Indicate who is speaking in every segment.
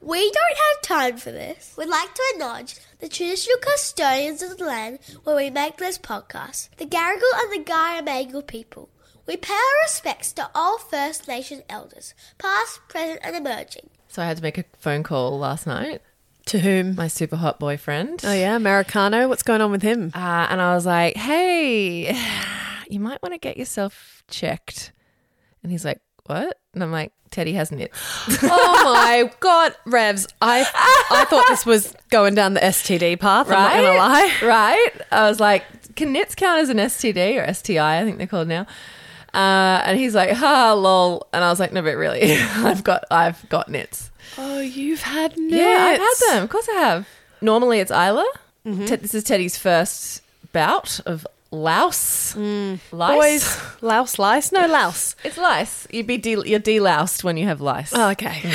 Speaker 1: We don't have time for this. We'd like to acknowledge the traditional custodians of the land where we make this podcast, the Garigal and the Garamangal people. We pay our respects to all First Nation elders, past, present, and emerging.
Speaker 2: So I had to make a phone call last night.
Speaker 3: To whom?
Speaker 2: My super hot boyfriend.
Speaker 3: Oh yeah, Americano. What's going on with him?
Speaker 2: Uh, and I was like, hey, you might want to get yourself checked. And he's like, what? And I'm like, Teddy hasn't it.
Speaker 3: oh my god, Revs! I I thought this was going down the STD path.
Speaker 2: right?
Speaker 3: I'm not gonna lie.
Speaker 2: Right? I was like, can nits count as an STD or STI? I think they're called now. Uh, and he's like, ha, lol. And I was like, no, but really, I've got, I've got nits.
Speaker 3: Oh, you've had
Speaker 2: Yeah, I've had them. Of course I have. Normally it's Isla. Ted- this is Teddy's first bout of louse. Lice.
Speaker 3: Boys, louse, lice, no louse.
Speaker 2: It's lice. You'd be de- you're deloused when you have lice.
Speaker 3: Oh, okay,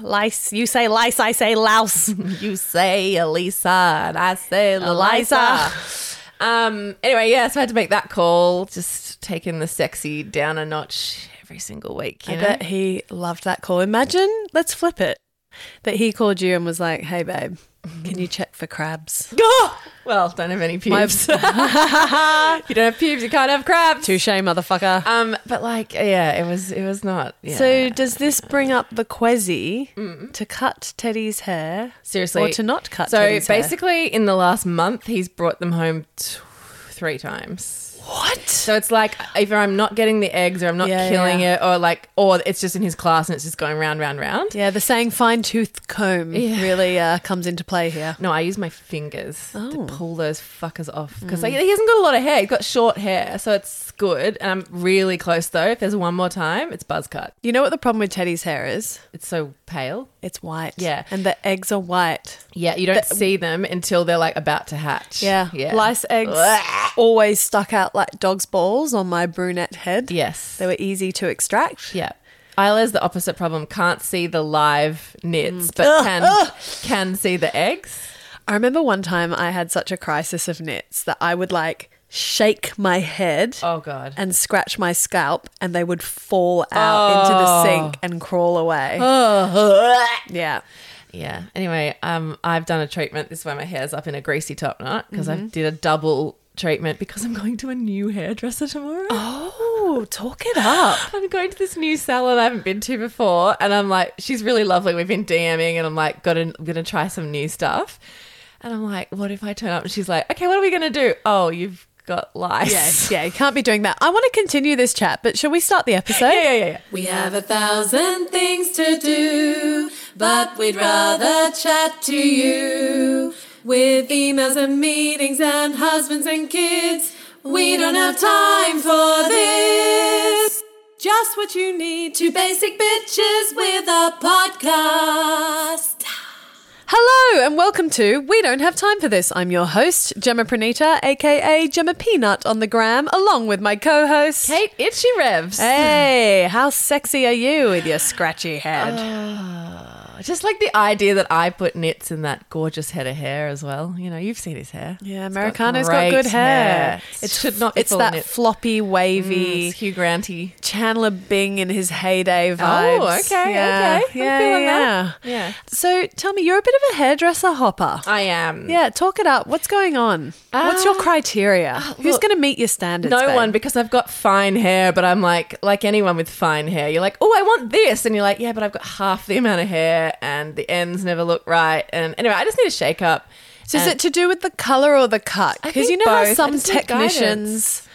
Speaker 3: lice. You say lice, I say louse.
Speaker 2: You say Elisa and I say
Speaker 3: Elisa.
Speaker 2: Elisa. Um, anyway, yeah, so I had to make that call, just taking the sexy down a notch every single week. You
Speaker 3: I
Speaker 2: know?
Speaker 3: bet he loved that call. Imagine, let's flip it, that he called you and was like, "Hey, babe, can you check for crabs?"
Speaker 2: Oh! Well, don't have any pubes. you don't have pubes, you can't have crabs.
Speaker 3: Touche, motherfucker.
Speaker 2: Um, but like, yeah, it was it was not. Yeah.
Speaker 3: So does this bring up the quezzy to cut Teddy's hair?
Speaker 2: seriously,
Speaker 3: or to not cut
Speaker 2: So
Speaker 3: Teddy's hair?
Speaker 2: basically, in the last month, he's brought them home t- three times.
Speaker 3: What?
Speaker 2: So it's like either I'm not getting the eggs or I'm not
Speaker 3: Yeah,
Speaker 2: killing
Speaker 3: yeah.
Speaker 2: it or like or it's just in his class and it's just going round, round, round.
Speaker 3: Yeah, the saying fine tooth comb
Speaker 2: Yeah.
Speaker 3: really uh, comes into play here.
Speaker 2: No, I use my fingers to pull those fuckers off because like, he hasn't got a lot of hair. He's got short hair, so it's good. And I'm really close though. If there's one more time, it's buzz cut.
Speaker 3: You know what the problem with Teddy's hair is?
Speaker 2: It's so pale.
Speaker 3: It's white.
Speaker 2: Yeah.
Speaker 3: And the eggs are white.
Speaker 2: Yeah, you don't see them until they're like about to hatch. yeah.
Speaker 3: Lice eggs always stuck out like dog's balls on my brunette head.
Speaker 2: Yes.
Speaker 3: They were easy to extract.
Speaker 2: Yeah. Isla's the opposite problem. Can't see the live nits, but can can see the eggs.
Speaker 3: I remember one time I had such a crisis of nits that I would like shake my head.
Speaker 2: Oh god.
Speaker 3: and scratch my scalp and they would fall out into the
Speaker 2: Oh.
Speaker 3: sink and crawl away. Yeah.
Speaker 2: Yeah. Anyway, um, I've done a treatment. This is why my hair's up in a greasy top knot because I did a double treatment because I'm going to a new hairdresser tomorrow.
Speaker 3: Oh, talk it up.
Speaker 2: I'm going to this new salon I haven't been to before, and I'm like, she's really lovely. We've been DMing, and I'm like, got to, I'm gonna try some new stuff. And I'm like, what if I turn up? And she's like, okay, what are we gonna do? Oh, you've got lice.
Speaker 3: Yeah, yeah, you can't be doing that. I want to continue this chat, but shall we start the episode?
Speaker 2: Yeah, yeah, yeah, yeah.
Speaker 4: We have a thousand things to do, but we'd rather chat to you. With emails and meetings and husbands and kids, we don't have time for this. Just what you need, two basic bitches with a podcast.
Speaker 3: Hello and welcome to We Don't Have Time for This. I'm your host, Gemma Pranita, aka Gemma Peanut on the gram, along with my co-host.
Speaker 2: Kate Itchy Revs.
Speaker 3: Hey, how sexy are you with your scratchy head?
Speaker 2: Oh, Just like the idea that I put nits in that gorgeous head of hair as well. You know, you've seen his hair.
Speaker 3: yeah,
Speaker 2: It's
Speaker 3: Americano's got,
Speaker 2: great
Speaker 3: good hair.
Speaker 2: It should not be
Speaker 3: It's that
Speaker 2: nits.
Speaker 3: floppy, wavy.
Speaker 2: It's Hugh Granty.
Speaker 3: Chandler Bing in his heyday vibes.
Speaker 2: Oh, okay,
Speaker 3: yeah.
Speaker 2: okay. I'm
Speaker 3: Yeah,
Speaker 2: feeling
Speaker 3: yeah.
Speaker 2: that. Yeah.
Speaker 3: So tell me, you're a bit of a hairdresser hopper.
Speaker 2: I am. Um,
Speaker 3: yeah, talk it up. What's going on? What's your criteria? Who's
Speaker 2: uh, look,
Speaker 3: going to meet your standards?
Speaker 2: No
Speaker 3: babe?
Speaker 2: one because I've got fine hair, but I'm like like anyone with fine hair. You're like, oh, I want this, and you're like, yeah, but I've got half the amount of hair, and the ends never look right. And anyway, I just need a shake up.
Speaker 3: So is it to do with the color or the cut?
Speaker 2: Uh, I
Speaker 3: Because you
Speaker 2: think
Speaker 3: know how
Speaker 2: both. I
Speaker 3: some
Speaker 2: just need guidance.
Speaker 3: technicians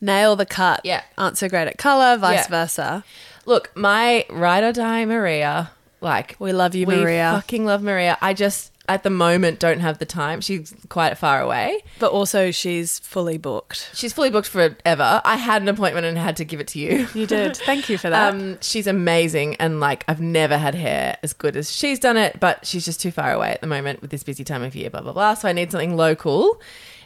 Speaker 3: nail the cut,
Speaker 2: Yeah.
Speaker 3: aren't so great at color, vice
Speaker 2: Yeah.
Speaker 3: versa.
Speaker 2: Look, my ride or die Maria, like
Speaker 3: We love you, Maria.
Speaker 2: We fucking love Maria. I just at the moment don't have the time. She's quite far away.
Speaker 3: But also, she's fully booked.
Speaker 2: She's fully booked forever. I had an appointment and had to give it to you.
Speaker 3: You did. Thank you for that.
Speaker 2: Um, she's amazing, and like I've never had hair as good as she's done it, but she's just too far away at the moment with this busy time of year, blah blah blah. So I need something local,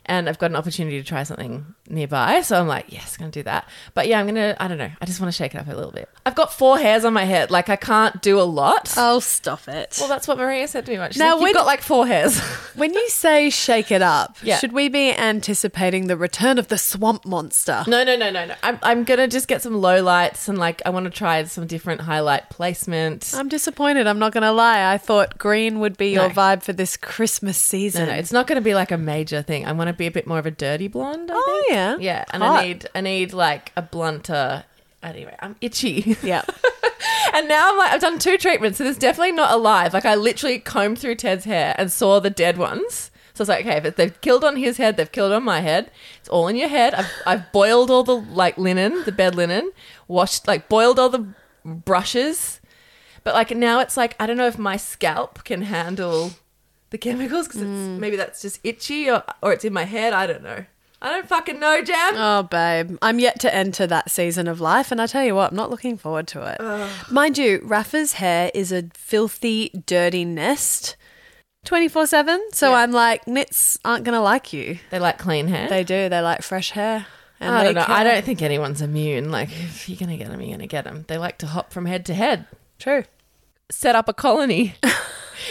Speaker 2: and I've got an opportunity to try something nearby. So I'm like, yes, gonna do that. But yeah, I'm gonna. I don't know. I just want to shake it up a little bit. I've got four hairs on my head. Like I can't do a lot.
Speaker 3: Oh, stop it.
Speaker 2: well, that's what Maria said to me. She's
Speaker 3: Now,
Speaker 2: like,
Speaker 3: when-
Speaker 2: you've got like four hairs.
Speaker 3: When you say shake it up,
Speaker 2: Yeah.
Speaker 3: should we be anticipating the return of the swamp monster?
Speaker 2: No, no, no, no, no. I'm, I'm gonna just get some low lights and like I want to try some different highlight placement.
Speaker 3: I'm disappointed. I'm not going to lie. I thought green would be your
Speaker 2: No.
Speaker 3: vibe for this Christmas
Speaker 2: no,
Speaker 3: season.
Speaker 2: no, it's not gonna be like a major thing. I want to be a bit more of a dirty blonde. I
Speaker 3: Oh,
Speaker 2: think.
Speaker 3: yeah.
Speaker 2: yeah. And
Speaker 3: Hot.
Speaker 2: I need I need like a blunter. Anyway, I'm itchy.
Speaker 3: Yeah.
Speaker 2: and now I'm like I've done two treatments, so there's definitely not alive. Like I literally combed through Ted's hair and saw the dead ones. So it's like, okay, if they've killed on his head, they've killed on my head. It's all in your head. I've, I've boiled all the like linen, the bed linen, washed like boiled all the brushes. But like now it's like I don't know if my scalp can handle the chemicals because it's maybe that's just itchy or or it's in my head. I don't know. I don't fucking know, Jam.
Speaker 3: Oh, babe. I'm yet to enter that season of life. And I tell you what, I'm not looking forward to it. Mind you, Rafa's hair is a filthy, dirty nest 24 7. So I'm like, knits aren't going to like you.
Speaker 2: They like clean hair.
Speaker 3: They do. They like fresh hair. And
Speaker 2: I
Speaker 3: they
Speaker 2: don't know. I
Speaker 3: care.
Speaker 2: don't think anyone's immune. Like, if you're going to get them, you're going to get them. They like to hop from head to head,
Speaker 3: True.
Speaker 2: set up a colony.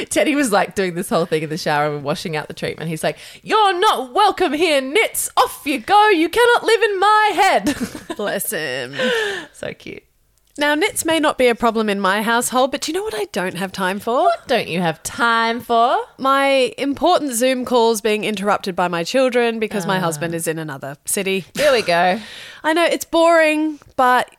Speaker 2: Teddy was like doing this whole thing in the shower and washing out the treatment. He's like, You're not welcome here, nits. Off you go. You cannot live in my head.
Speaker 3: Bless him.
Speaker 2: so cute.
Speaker 3: Now, knits may not be a problem in my household, but do you know what I don't have time for?
Speaker 2: What don't you have time for?
Speaker 3: My important Zoom calls being interrupted by my children because my husband is in another city.
Speaker 2: Here we go.
Speaker 3: I know it's boring, but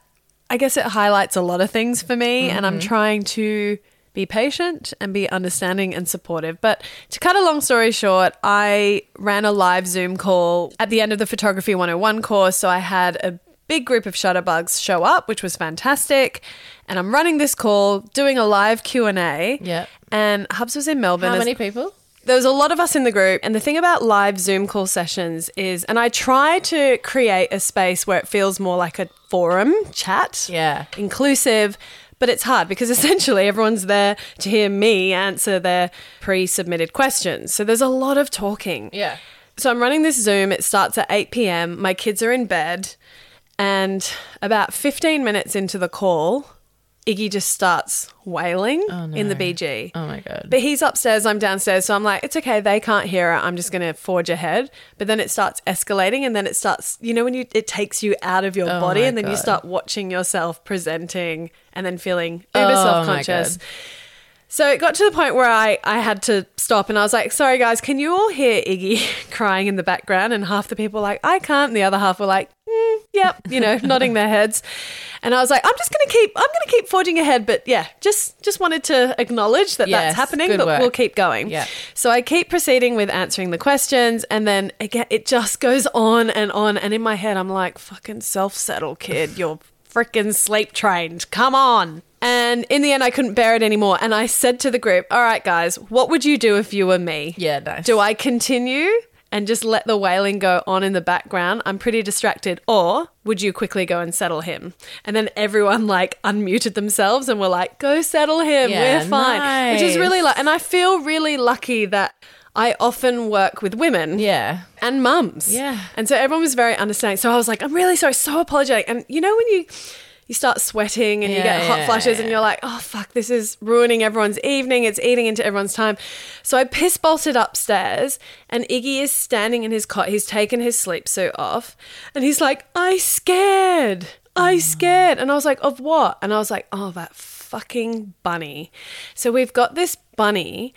Speaker 3: I guess it highlights a lot of things for me,
Speaker 2: Mm-hmm.
Speaker 3: and I'm trying to be patient and be understanding and supportive. But to cut a long story short, I ran a live Zoom call at the end of the Photography 101 course, so I had a big group of shutterbugs show up, which was fantastic. And I'm running this call, doing a live Q&A.
Speaker 2: Yep.
Speaker 3: And Hubs was in Melbourne.
Speaker 2: How
Speaker 3: as-
Speaker 2: many people?
Speaker 3: there was a lot of us in the group and the thing about live zoom call sessions is and i try to create a space where it feels more like a forum chat
Speaker 2: Yeah.
Speaker 3: inclusive but it's hard because essentially everyone's there to hear me answer their pre-submitted questions so there's a lot of talking
Speaker 2: Yeah.
Speaker 3: so I'm running this Zoom. It starts at 8 p.m. My kids are in bed. And about 15 minutes into the call, Iggy just starts wailing in the BG.
Speaker 2: Oh my God.
Speaker 3: But he's upstairs, I'm downstairs. So I'm like, it's okay. They can't hear it. I'm just going to forge ahead. But then it starts escalating. And then it starts, you know, when you it takes you out of your
Speaker 2: Oh
Speaker 3: body.
Speaker 2: my
Speaker 3: And then you
Speaker 2: God.
Speaker 3: start watching yourself presenting and then feeling uber
Speaker 2: Oh my
Speaker 3: self conscious.
Speaker 2: God.
Speaker 3: So it got to the point where I, I had to stop and I was like, sorry guys, can you all hear Iggy crying in the background? And half the people were like, I can't. And the other half were like, mm, yep, you know, nodding their heads. And I was like, I'm just gonna keep I'm gonna keep forging ahead. But yeah, just just wanted to acknowledge that
Speaker 2: Yes,
Speaker 3: that's happening,
Speaker 2: good
Speaker 3: but
Speaker 2: work.
Speaker 3: we'll keep going.
Speaker 2: Yeah.
Speaker 3: So I keep proceeding with answering the questions and then again it just goes on and on. And in my head I'm like, fucking self-settle, kid. You're freaking sleep trained. Come on. And in the end, I couldn't bear it anymore. And I said to the group, All right, guys, what would you do if you were me?
Speaker 2: Yeah, nice.
Speaker 3: Do I continue and just let the wailing go on in the background? I'm pretty distracted. Or would you quickly go and settle him? And then everyone like unmuted themselves and were like, Go settle him.
Speaker 2: Yeah,
Speaker 3: We're fine. Which is really
Speaker 2: nice.
Speaker 3: like, and I feel really lucky that I often work with women
Speaker 2: Yeah.
Speaker 3: and mums.
Speaker 2: Yeah.
Speaker 3: And so everyone was very understanding. So I was like, I'm really sorry, so apologetic. And you know when you you start sweating and you
Speaker 2: Yeah,
Speaker 3: get hot
Speaker 2: yeah,
Speaker 3: flashes
Speaker 2: yeah.
Speaker 3: and you're like, oh fuck, this is ruining everyone's evening. It's eating into everyone's time. So I piss bolted upstairs and Iggy is standing in his cot. He's taken his sleep suit off and he's like, I scared.
Speaker 2: Mm.
Speaker 3: I scared. And I was like, of what? And I was like, oh, that fucking bunny. So we've got this bunny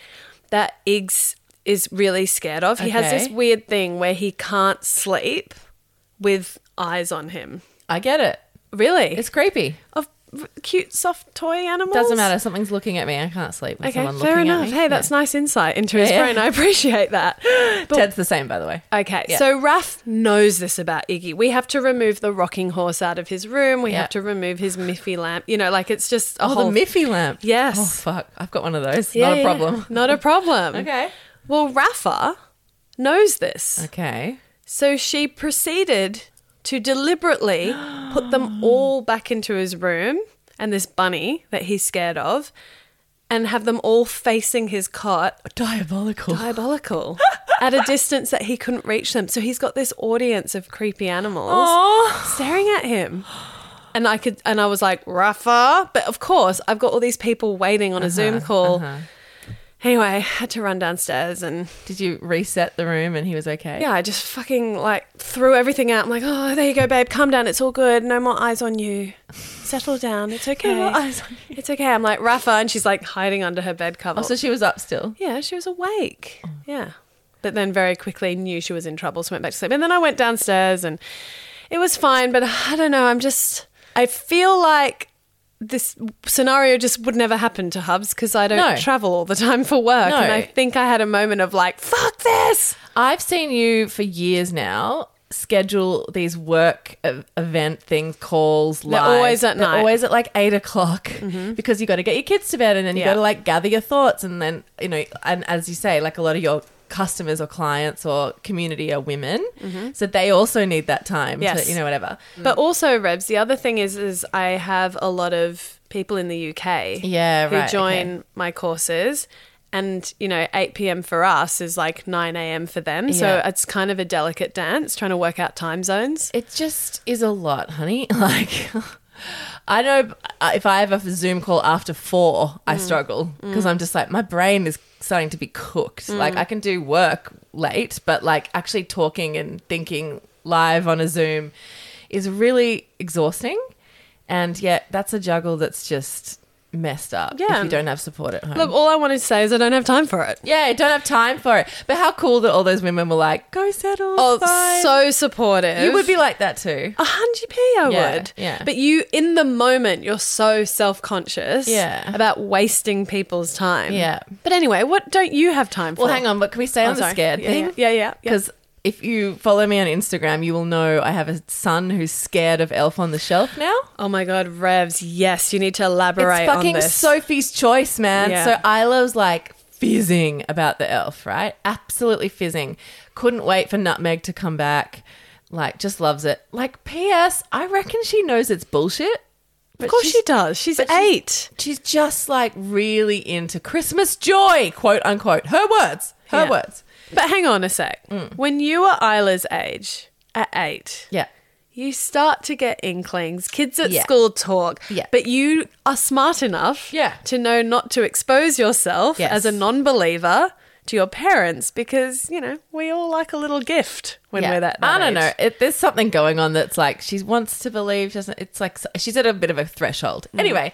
Speaker 3: that Iggs is really scared of. He has this
Speaker 2: Okay.
Speaker 3: weird thing where he can't sleep with eyes on him.
Speaker 2: I get it.
Speaker 3: Really?
Speaker 2: It's creepy.
Speaker 3: of cute, soft toy animals.
Speaker 2: Doesn't matter. Something's looking at me. I can't sleep with
Speaker 3: Okay,
Speaker 2: someone looking
Speaker 3: fair
Speaker 2: at
Speaker 3: enough.
Speaker 2: me.
Speaker 3: Hey, that's nice insight into his
Speaker 2: Yeah, yeah.
Speaker 3: brain. I appreciate that. But
Speaker 2: Ted's the same, by the way.
Speaker 3: Okay,
Speaker 2: Yeah.
Speaker 3: so Raf knows this about Iggy. We have to remove the rocking horse out of his room. We
Speaker 2: Yeah.
Speaker 3: have to remove his Miffy lamp. You know, like it's just a
Speaker 2: Oh,
Speaker 3: whole
Speaker 2: the Miffy lamp.
Speaker 3: Yes.
Speaker 2: Oh, fuck. I've got one of those.
Speaker 3: Yeah,
Speaker 2: Not a
Speaker 3: yeah.
Speaker 2: problem.
Speaker 3: Not a problem.
Speaker 2: Okay.
Speaker 3: Well, Rafa knows this.
Speaker 2: Okay.
Speaker 3: So she proceeded to deliberately put them all back into his room and this bunny that he's scared of and have them all facing his cot.
Speaker 2: Diabolical.
Speaker 3: Diabolical. at a distance that he couldn't reach them. So he's got this audience of creepy animals
Speaker 2: Oh.
Speaker 3: staring at him. And I could and I was like, Rafa, but of course I've got all these people waiting
Speaker 2: Uh-huh,
Speaker 3: on a Zoom call. Anyway, I had to run downstairs and
Speaker 2: Did you reset the room and he was okay?
Speaker 3: yeah, I just fucking like threw everything out. I'm like, oh, there you go, babe. Calm down. It's all good. No more eyes on you. Settle down. It's okay.
Speaker 2: more eyes on
Speaker 3: you. It's okay. I'm like, Rafa. And she's like hiding under her bed cover.
Speaker 2: Oh, so she was up still.
Speaker 3: yeah, she was awake. Yeah. But then very quickly knew she was in trouble. So went back to sleep. And then I went downstairs and it was fine. But I don't know. I'm just, I feel like this scenario just would never happen to Hubs because I don't
Speaker 2: No.
Speaker 3: travel all the time for work.
Speaker 2: No.
Speaker 3: And I think I had a moment of like, fuck this.
Speaker 2: I've seen you for years now schedule these work ev- event things, calls,
Speaker 3: They're
Speaker 2: lives.
Speaker 3: always at
Speaker 2: They're
Speaker 3: night. Mm-hmm.
Speaker 2: always at like eight o'clock because you got to get your kids to bed and then you
Speaker 3: Yeah.
Speaker 2: got to like gather your thoughts and then you know and as you say, like a lot of your customers or clients or community are women, so they also need that time.
Speaker 3: Mm-hmm. Yes.
Speaker 2: to, you know whatever.
Speaker 3: But also, Rebs, the other thing is, is I have a lot of people in the UK,
Speaker 2: Yeah,
Speaker 3: who
Speaker 2: right,
Speaker 3: join
Speaker 2: okay.
Speaker 3: my courses, and you know, eight PM for us is like nine AM for them, so
Speaker 2: Yeah.
Speaker 3: it's kind of a delicate dance trying to work out time zones.
Speaker 2: It just is a lot, honey. Like, I know uh, if I have a Zoom call after four,
Speaker 3: Mm.
Speaker 2: I struggle because I'm just like, my brain is starting to be cooked.
Speaker 3: Mm.
Speaker 2: Like, I can do work late, but like actually talking and thinking live on a Zoom is really exhausting. And yet, that's a juggle that's just messed up
Speaker 3: Yeah.
Speaker 2: if you don't have support at home.
Speaker 3: Look, all I wanted to say is I don't have time for it.
Speaker 2: yeah, don't have time for it. But how cool that all those women were like, go settle.
Speaker 3: Oh,
Speaker 2: fine.
Speaker 3: so supportive.
Speaker 2: You would be like that too.
Speaker 3: A hundred p. I
Speaker 2: Yeah,
Speaker 3: would.
Speaker 2: yeah.
Speaker 3: But you, in the moment, you're so self conscious.
Speaker 2: Yeah.
Speaker 3: About wasting people's time.
Speaker 2: Yeah.
Speaker 3: But anyway, what don't you have time for?
Speaker 2: Well, hang on, but can we stay
Speaker 3: Oh,
Speaker 2: on the
Speaker 3: sorry.
Speaker 2: scared
Speaker 3: yeah,
Speaker 2: thing?
Speaker 3: Yeah, yeah. yeah, yeah.
Speaker 2: Because if you follow me on Instagram, you will know I have a son who's scared of Elf on the Shelf now.
Speaker 3: Oh my God, Revs! Yes, you need to elaborate
Speaker 2: it's fucking
Speaker 3: on this.
Speaker 2: Sophie's choice, man.
Speaker 3: Yeah.
Speaker 2: So Ilo's like fizzing about the elf, right? Absolutely fizzing. Couldn't wait for Nutmeg to come back. Like, just loves it. Like, P.S. I reckon she knows it's bullshit.
Speaker 3: of course she does. She's eight.
Speaker 2: She's just like really into Christmas joy, quote unquote. Her words. Her
Speaker 3: Yeah.
Speaker 2: words.
Speaker 3: But hang on a sec.
Speaker 2: Mm.
Speaker 3: When you were Isla's age, at eight,
Speaker 2: Yeah.
Speaker 3: you start to get inklings. Kids at
Speaker 2: Yeah.
Speaker 3: school talk.
Speaker 2: Yeah.
Speaker 3: But you are smart enough
Speaker 2: Yeah.
Speaker 3: to know not to expose yourself
Speaker 2: Yes.
Speaker 3: as a non believer to your parents because, you know, we all like a little gift when
Speaker 2: Yeah.
Speaker 3: we're that,
Speaker 2: I
Speaker 3: that
Speaker 2: don't know.
Speaker 3: age.
Speaker 2: It, there's something going on that's like she wants to believe. She doesn't. It's like she's at a bit of a threshold.
Speaker 3: Mm.
Speaker 2: Anyway,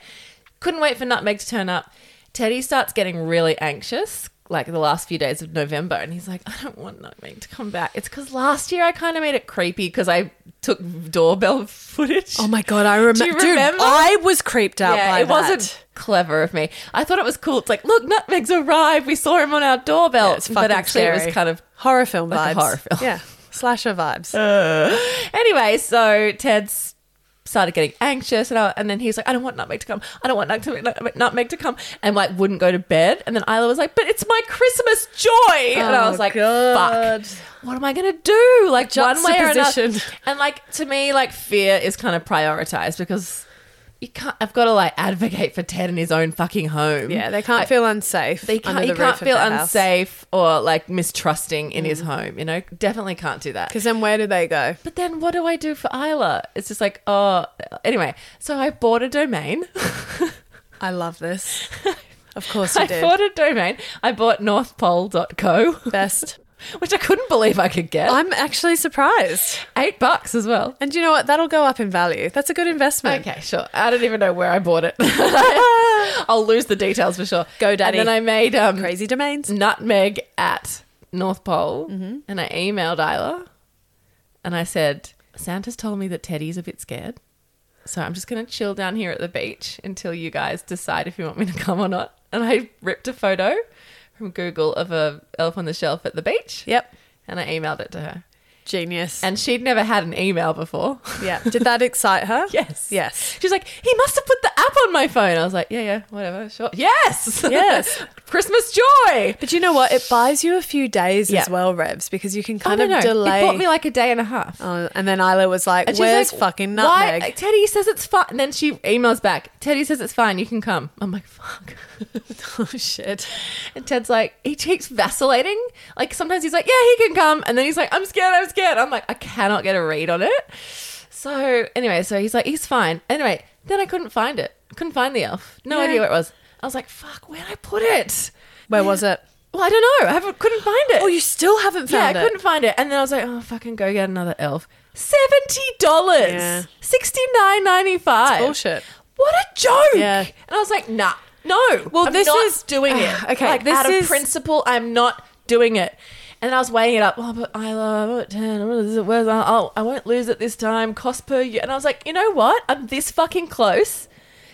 Speaker 2: couldn't wait for Nutmeg to turn up. Teddy starts getting really anxious. Like the last few days of November, and he's like, I don't want Nutmeg to come back. It's because last year I kind of made it creepy because I took doorbell footage.
Speaker 3: Oh my God, I remember.
Speaker 2: Do you
Speaker 3: Dude,
Speaker 2: remember?
Speaker 3: I was creeped out
Speaker 2: Yeah,
Speaker 3: by
Speaker 2: it
Speaker 3: that.
Speaker 2: wasn't clever of me. I thought it was cool. It's like, look, Nutmeg's arrived. We saw him on our doorbell.
Speaker 3: It's fucking
Speaker 2: Oh, but actually, it
Speaker 3: scary.
Speaker 2: was kind of
Speaker 3: horror film Oh
Speaker 2: Like a
Speaker 3: vibes.
Speaker 2: horror film.
Speaker 3: Yeah. Slasher vibes.
Speaker 2: Anyway, so Ted's started getting anxious, and, I, and then he's like, "I don't want Nutmeg to come. I don't want Nutmeg, Nutmeg, Nutmeg to come," and like wouldn't go to bed. And then Isla was like, "But it's my Christmas joy," and I
Speaker 3: Oh,
Speaker 2: was like,
Speaker 3: God.
Speaker 2: "Fuck, what am I gonna do?" Like one way or another.
Speaker 3: Juxtaposition.
Speaker 2: And like to me, like fear is kind of prioritized because you can't. I've got to like advocate for Ted in his own fucking home.
Speaker 3: Yeah, they can't feel unsafe.
Speaker 2: They can't,
Speaker 3: under
Speaker 2: you
Speaker 3: the
Speaker 2: can't
Speaker 3: roof of
Speaker 2: feel
Speaker 3: their house. Mm.
Speaker 2: unsafe or like mistrusting in his home. You know, definitely can't do that.
Speaker 3: Because then where do they go?
Speaker 2: But then what do I do for Isla? It's just like, oh, anyway. So I bought a domain.
Speaker 3: I love this. Of course you
Speaker 2: I
Speaker 3: did.
Speaker 2: bought a domain. I bought northpole.co,
Speaker 3: Best.
Speaker 2: which I couldn't believe I could get.
Speaker 3: I'm actually surprised.
Speaker 2: Eight bucks as well.
Speaker 3: And you know what? That'll go up in value. That's a good investment.
Speaker 2: Okay, sure. I don't even know where I bought it. I'll lose the details for sure.
Speaker 3: GoDaddy.
Speaker 2: And then I made um,
Speaker 3: Crazy domains.
Speaker 2: nutmeg at North Pole and I emailed Isla and I said, Santa's told me that Teddy's a bit scared. So I'm just going to chill down here at the beach until you guys decide if you want me to come or not. And I ripped a photo from Google of a elf on the shelf at the beach.
Speaker 3: Yep.
Speaker 2: And I emailed it to her.
Speaker 3: Genius.
Speaker 2: And she'd never had an email before.
Speaker 3: yeah. Did that excite her?
Speaker 2: Yes.
Speaker 3: Yes.
Speaker 2: She's like, he must have put the app on my phone. I was like, yeah, yeah, whatever, sure. Yes.
Speaker 3: Yes.
Speaker 2: Christmas joy.
Speaker 3: But you know what? It buys you a few days
Speaker 2: Yeah.
Speaker 3: as well, Revs, because you can
Speaker 2: I
Speaker 3: kind
Speaker 2: don't
Speaker 3: of
Speaker 2: know.
Speaker 3: delay.
Speaker 2: It bought me like a day and a half.
Speaker 3: Oh, and then Isla was like,
Speaker 2: And she's
Speaker 3: "Where's
Speaker 2: like,
Speaker 3: fucking
Speaker 2: "Why-
Speaker 3: nutmeg?"
Speaker 2: Teddy says it's fine. And then she emails back, Teddy says it's fine, you can come. I'm like, fuck.
Speaker 3: Oh shit!
Speaker 2: And Ted's like, he keeps vacillating. Like sometimes he's like, yeah, he can come. And then he's like, I'm scared, I'm scared. I'm like, I cannot get a read on it. So anyway, so he's like, he's fine. Anyway, then I couldn't find it. Couldn't find the elf. No
Speaker 3: Yeah.
Speaker 2: idea where it was. I was like, fuck, where'd I put it?
Speaker 3: Where was it?
Speaker 2: Well, I don't know. I haven't, couldn't find it.
Speaker 3: Oh, you still haven't
Speaker 2: Yeah,
Speaker 3: found
Speaker 2: I
Speaker 3: it.
Speaker 2: couldn't find it. And then I was like, oh, fucking go get another elf. Seventy dollars,
Speaker 3: Yeah.
Speaker 2: sixty nine ninety five.
Speaker 3: It's bullshit.
Speaker 2: What a joke!
Speaker 3: Yeah.
Speaker 2: And I was like, nah, no.
Speaker 3: Well,
Speaker 2: I'm
Speaker 3: this
Speaker 2: not
Speaker 3: is-
Speaker 2: doing it.
Speaker 3: Okay,
Speaker 2: like
Speaker 3: this
Speaker 2: out
Speaker 3: is-
Speaker 2: of principle, I'm not doing it. And then I was weighing it up. Oh, but Isla, I'm at ten. What is it? Where's I? Oh, I won't lose it this time. Cost per year. And I was like, you know what? I'm this fucking close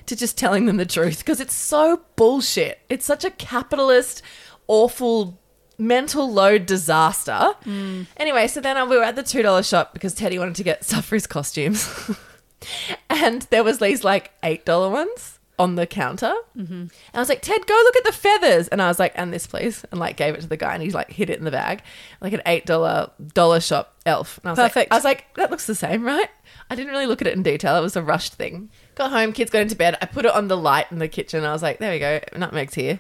Speaker 2: to just telling them the truth because it's so bullshit. It's such a capitalist, awful mental load disaster.
Speaker 3: Mm.
Speaker 2: Anyway, so then I, we were at the two dollar shop because Teddy wanted to get stuff for his costumes, and there was these like eight dollar ones on the counter. Mm-hmm. And I was like, Ted, go look at the feathers. And I was like, and this please, and like gave it to the guy, and he's like hid it in the bag, like an eight dollar dollar shop elf. And I was like-
Speaker 3: Perfect.
Speaker 2: I was like, that looks the same, right? I didn't really look at it in detail. It was a rushed thing. Got home, kids got into bed. I put it on the light in the kitchen. I was like, there we go, nutmeg's here.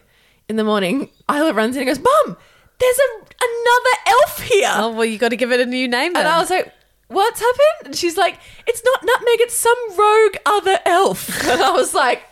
Speaker 2: In the morning, Isla runs in and goes, Mum, there's a, another elf here.
Speaker 3: Oh well, you got to give it a new name. Then.
Speaker 2: And I was like, what's happened? And she's like, it's not nutmeg, it's some rogue other elf. And I was like,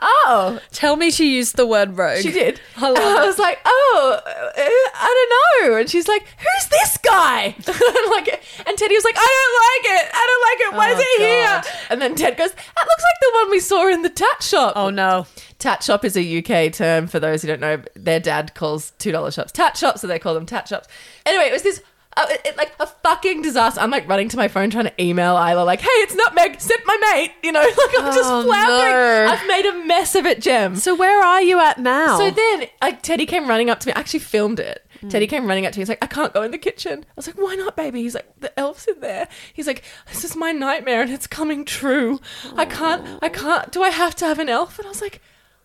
Speaker 2: oh.
Speaker 3: Tell me she used the word rogue.
Speaker 2: She did.
Speaker 3: I love
Speaker 2: and I
Speaker 3: it.
Speaker 2: was like, oh, uh, I don't know. And she's like, who's this guy? and, like, and Teddy was like, I don't like it. I don't like it. Why
Speaker 3: Oh,
Speaker 2: is it
Speaker 3: God.
Speaker 2: here? And then Ted goes, that looks like the one we saw in the tat shop.
Speaker 3: oh no!
Speaker 2: Tat shop is a UK term for those who don't know. Their dad calls two dollar shops tat shops, so they call them tat shops. Anyway, it was this. Uh, it, it- like a fucking disaster. I'm like running to my phone trying to email Isla, like, hey, it's nutmeg, sent my mate. You know, like I'm just
Speaker 3: Oh,
Speaker 2: floundering.
Speaker 3: no.
Speaker 2: I've made a mess of it, Gem.
Speaker 3: So where are you at now?
Speaker 2: So then, like, Teddy came running up to me. I actually filmed it.
Speaker 3: Mm.
Speaker 2: Teddy came running up to me. He's like, I can't go in the kitchen. I was like, why not, baby? He's like, the elf's in there. He's like, this is my nightmare and it's coming true. I can't, I can't, do I have to have an elf? And I was like,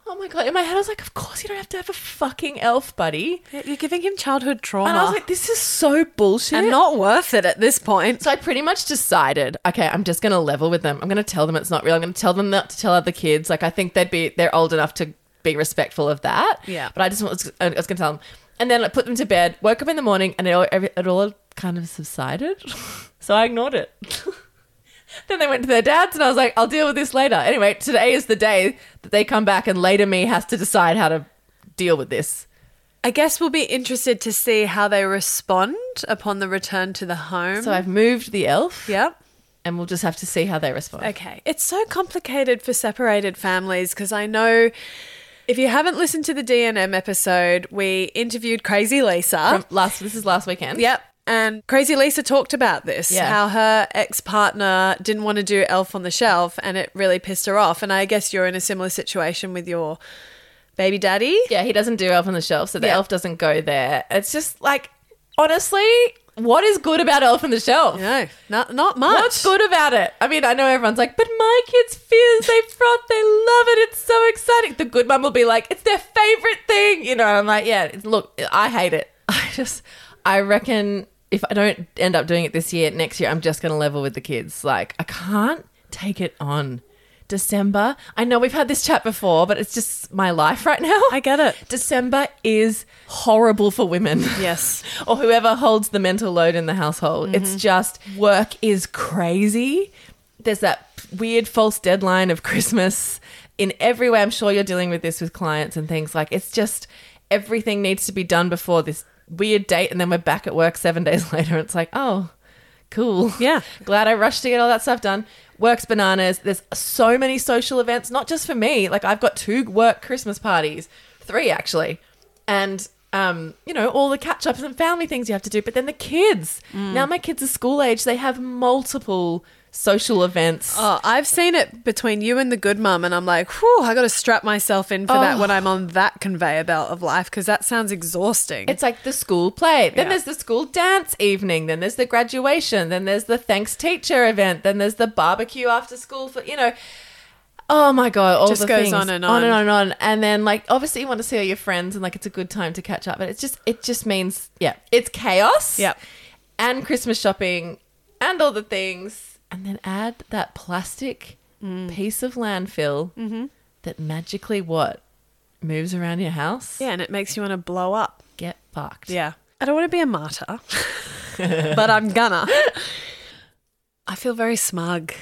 Speaker 2: oh my God. In my head, I was like, of course you don't have to have a fucking elf, buddy.
Speaker 3: You're giving him childhood trauma,
Speaker 2: And I was like, this is so bullshit.
Speaker 3: Ah. and not worth it at this point.
Speaker 2: So I pretty much decided, okay, I'm just going to level with them. I'm going to tell them it's not real. I'm going to tell them not to tell other kids. Like I think they'd be they're old enough to be respectful of that.
Speaker 3: Yeah.
Speaker 2: But I just was, I was going to tell them, and then I put them to bed. Woke up in the morning, and it all every- it all kind of subsided. so I ignored it. Then they went to their dad's, and I was like, I'll deal with this later. Anyway, today is the day that they come back, and later me has to decide how to deal with this.
Speaker 3: I guess we'll be interested to see how they respond upon the return to the home.
Speaker 2: So I've moved the elf,
Speaker 3: yep.
Speaker 2: and we'll just have to see how they respond.
Speaker 3: Okay. It's so complicated for separated families because I know if you haven't listened to the DNM episode, we interviewed Crazy Lisa.
Speaker 2: From Um, last, this is last weekend.
Speaker 3: yep. And Crazy Lisa talked about this
Speaker 2: Yeah.
Speaker 3: how her ex partner didn't want to do Elf on the Shelf and it really pissed her off. And I guess you're in a similar situation with your baby daddy.
Speaker 2: Yeah, he doesn't do Elf on the Shelf, so the
Speaker 3: Yeah.
Speaker 2: elf doesn't go there. It's just like, honestly, what is good about Elf on the Shelf?
Speaker 3: No, not, not much.
Speaker 2: What's good about it? I mean, I know everyone's like, but my kids fizz, they froth, they love it, it's so exciting. The good mum will be like, it's their favorite thing, you know. And I'm like, yeah, it's- look, I hate it. I just, I reckon if I don't end up doing it this year, next year I'm just gonna level with the kids. Like, I can't take it on. December. I know we've had this chat before, but it's just my life right now.
Speaker 3: I get it.
Speaker 2: December is horrible for women.
Speaker 3: Yes.
Speaker 2: or whoever holds the mental load in the household. It's just work is crazy. There's that weird false deadline of Christmas in every way. I'm sure you're dealing with this with clients and things like it's just everything needs to be done before this weird date and then we're back at work 7 days later. It's like, "Oh, cool."
Speaker 3: Yeah.
Speaker 2: Glad I rushed to get all that stuff done. Works bananas. There's so many social events, not just for me. Like I've got two work Christmas parties, three actually, and um, you know all the catch ups and family things you have to do. But then the kids. Now my kids are school age. They have multiple social events.
Speaker 3: Oh, I've seen it between you and the good mum, and I'm like, whew, I got to strap myself in for that
Speaker 2: Oh.
Speaker 3: when I'm on that conveyor belt of life because that sounds exhausting.
Speaker 2: It's like the school play. Then
Speaker 3: Yeah.
Speaker 2: there's the school dance evening. Then there's the graduation. Then there's the thanks teacher event. Then there's the barbecue after school for you know. Oh my god! All
Speaker 3: Just
Speaker 2: the
Speaker 3: goes
Speaker 2: things.
Speaker 3: on and
Speaker 2: on and
Speaker 3: on.
Speaker 2: on and on. And then like obviously you want to see all your friends and like it's a good time to catch up. But it's just it just means yeah, it's chaos.
Speaker 3: Yep.
Speaker 2: and Christmas shopping and all the things, and then add that plastic
Speaker 3: Mm.
Speaker 2: piece of landfill
Speaker 3: Mm-hmm.
Speaker 2: that magically what moves around your house.
Speaker 3: Yeah, and it makes you want to blow up.
Speaker 2: get fucked.
Speaker 3: Yeah. I don't want to be a martyr, but I'm gonna. I feel very smug.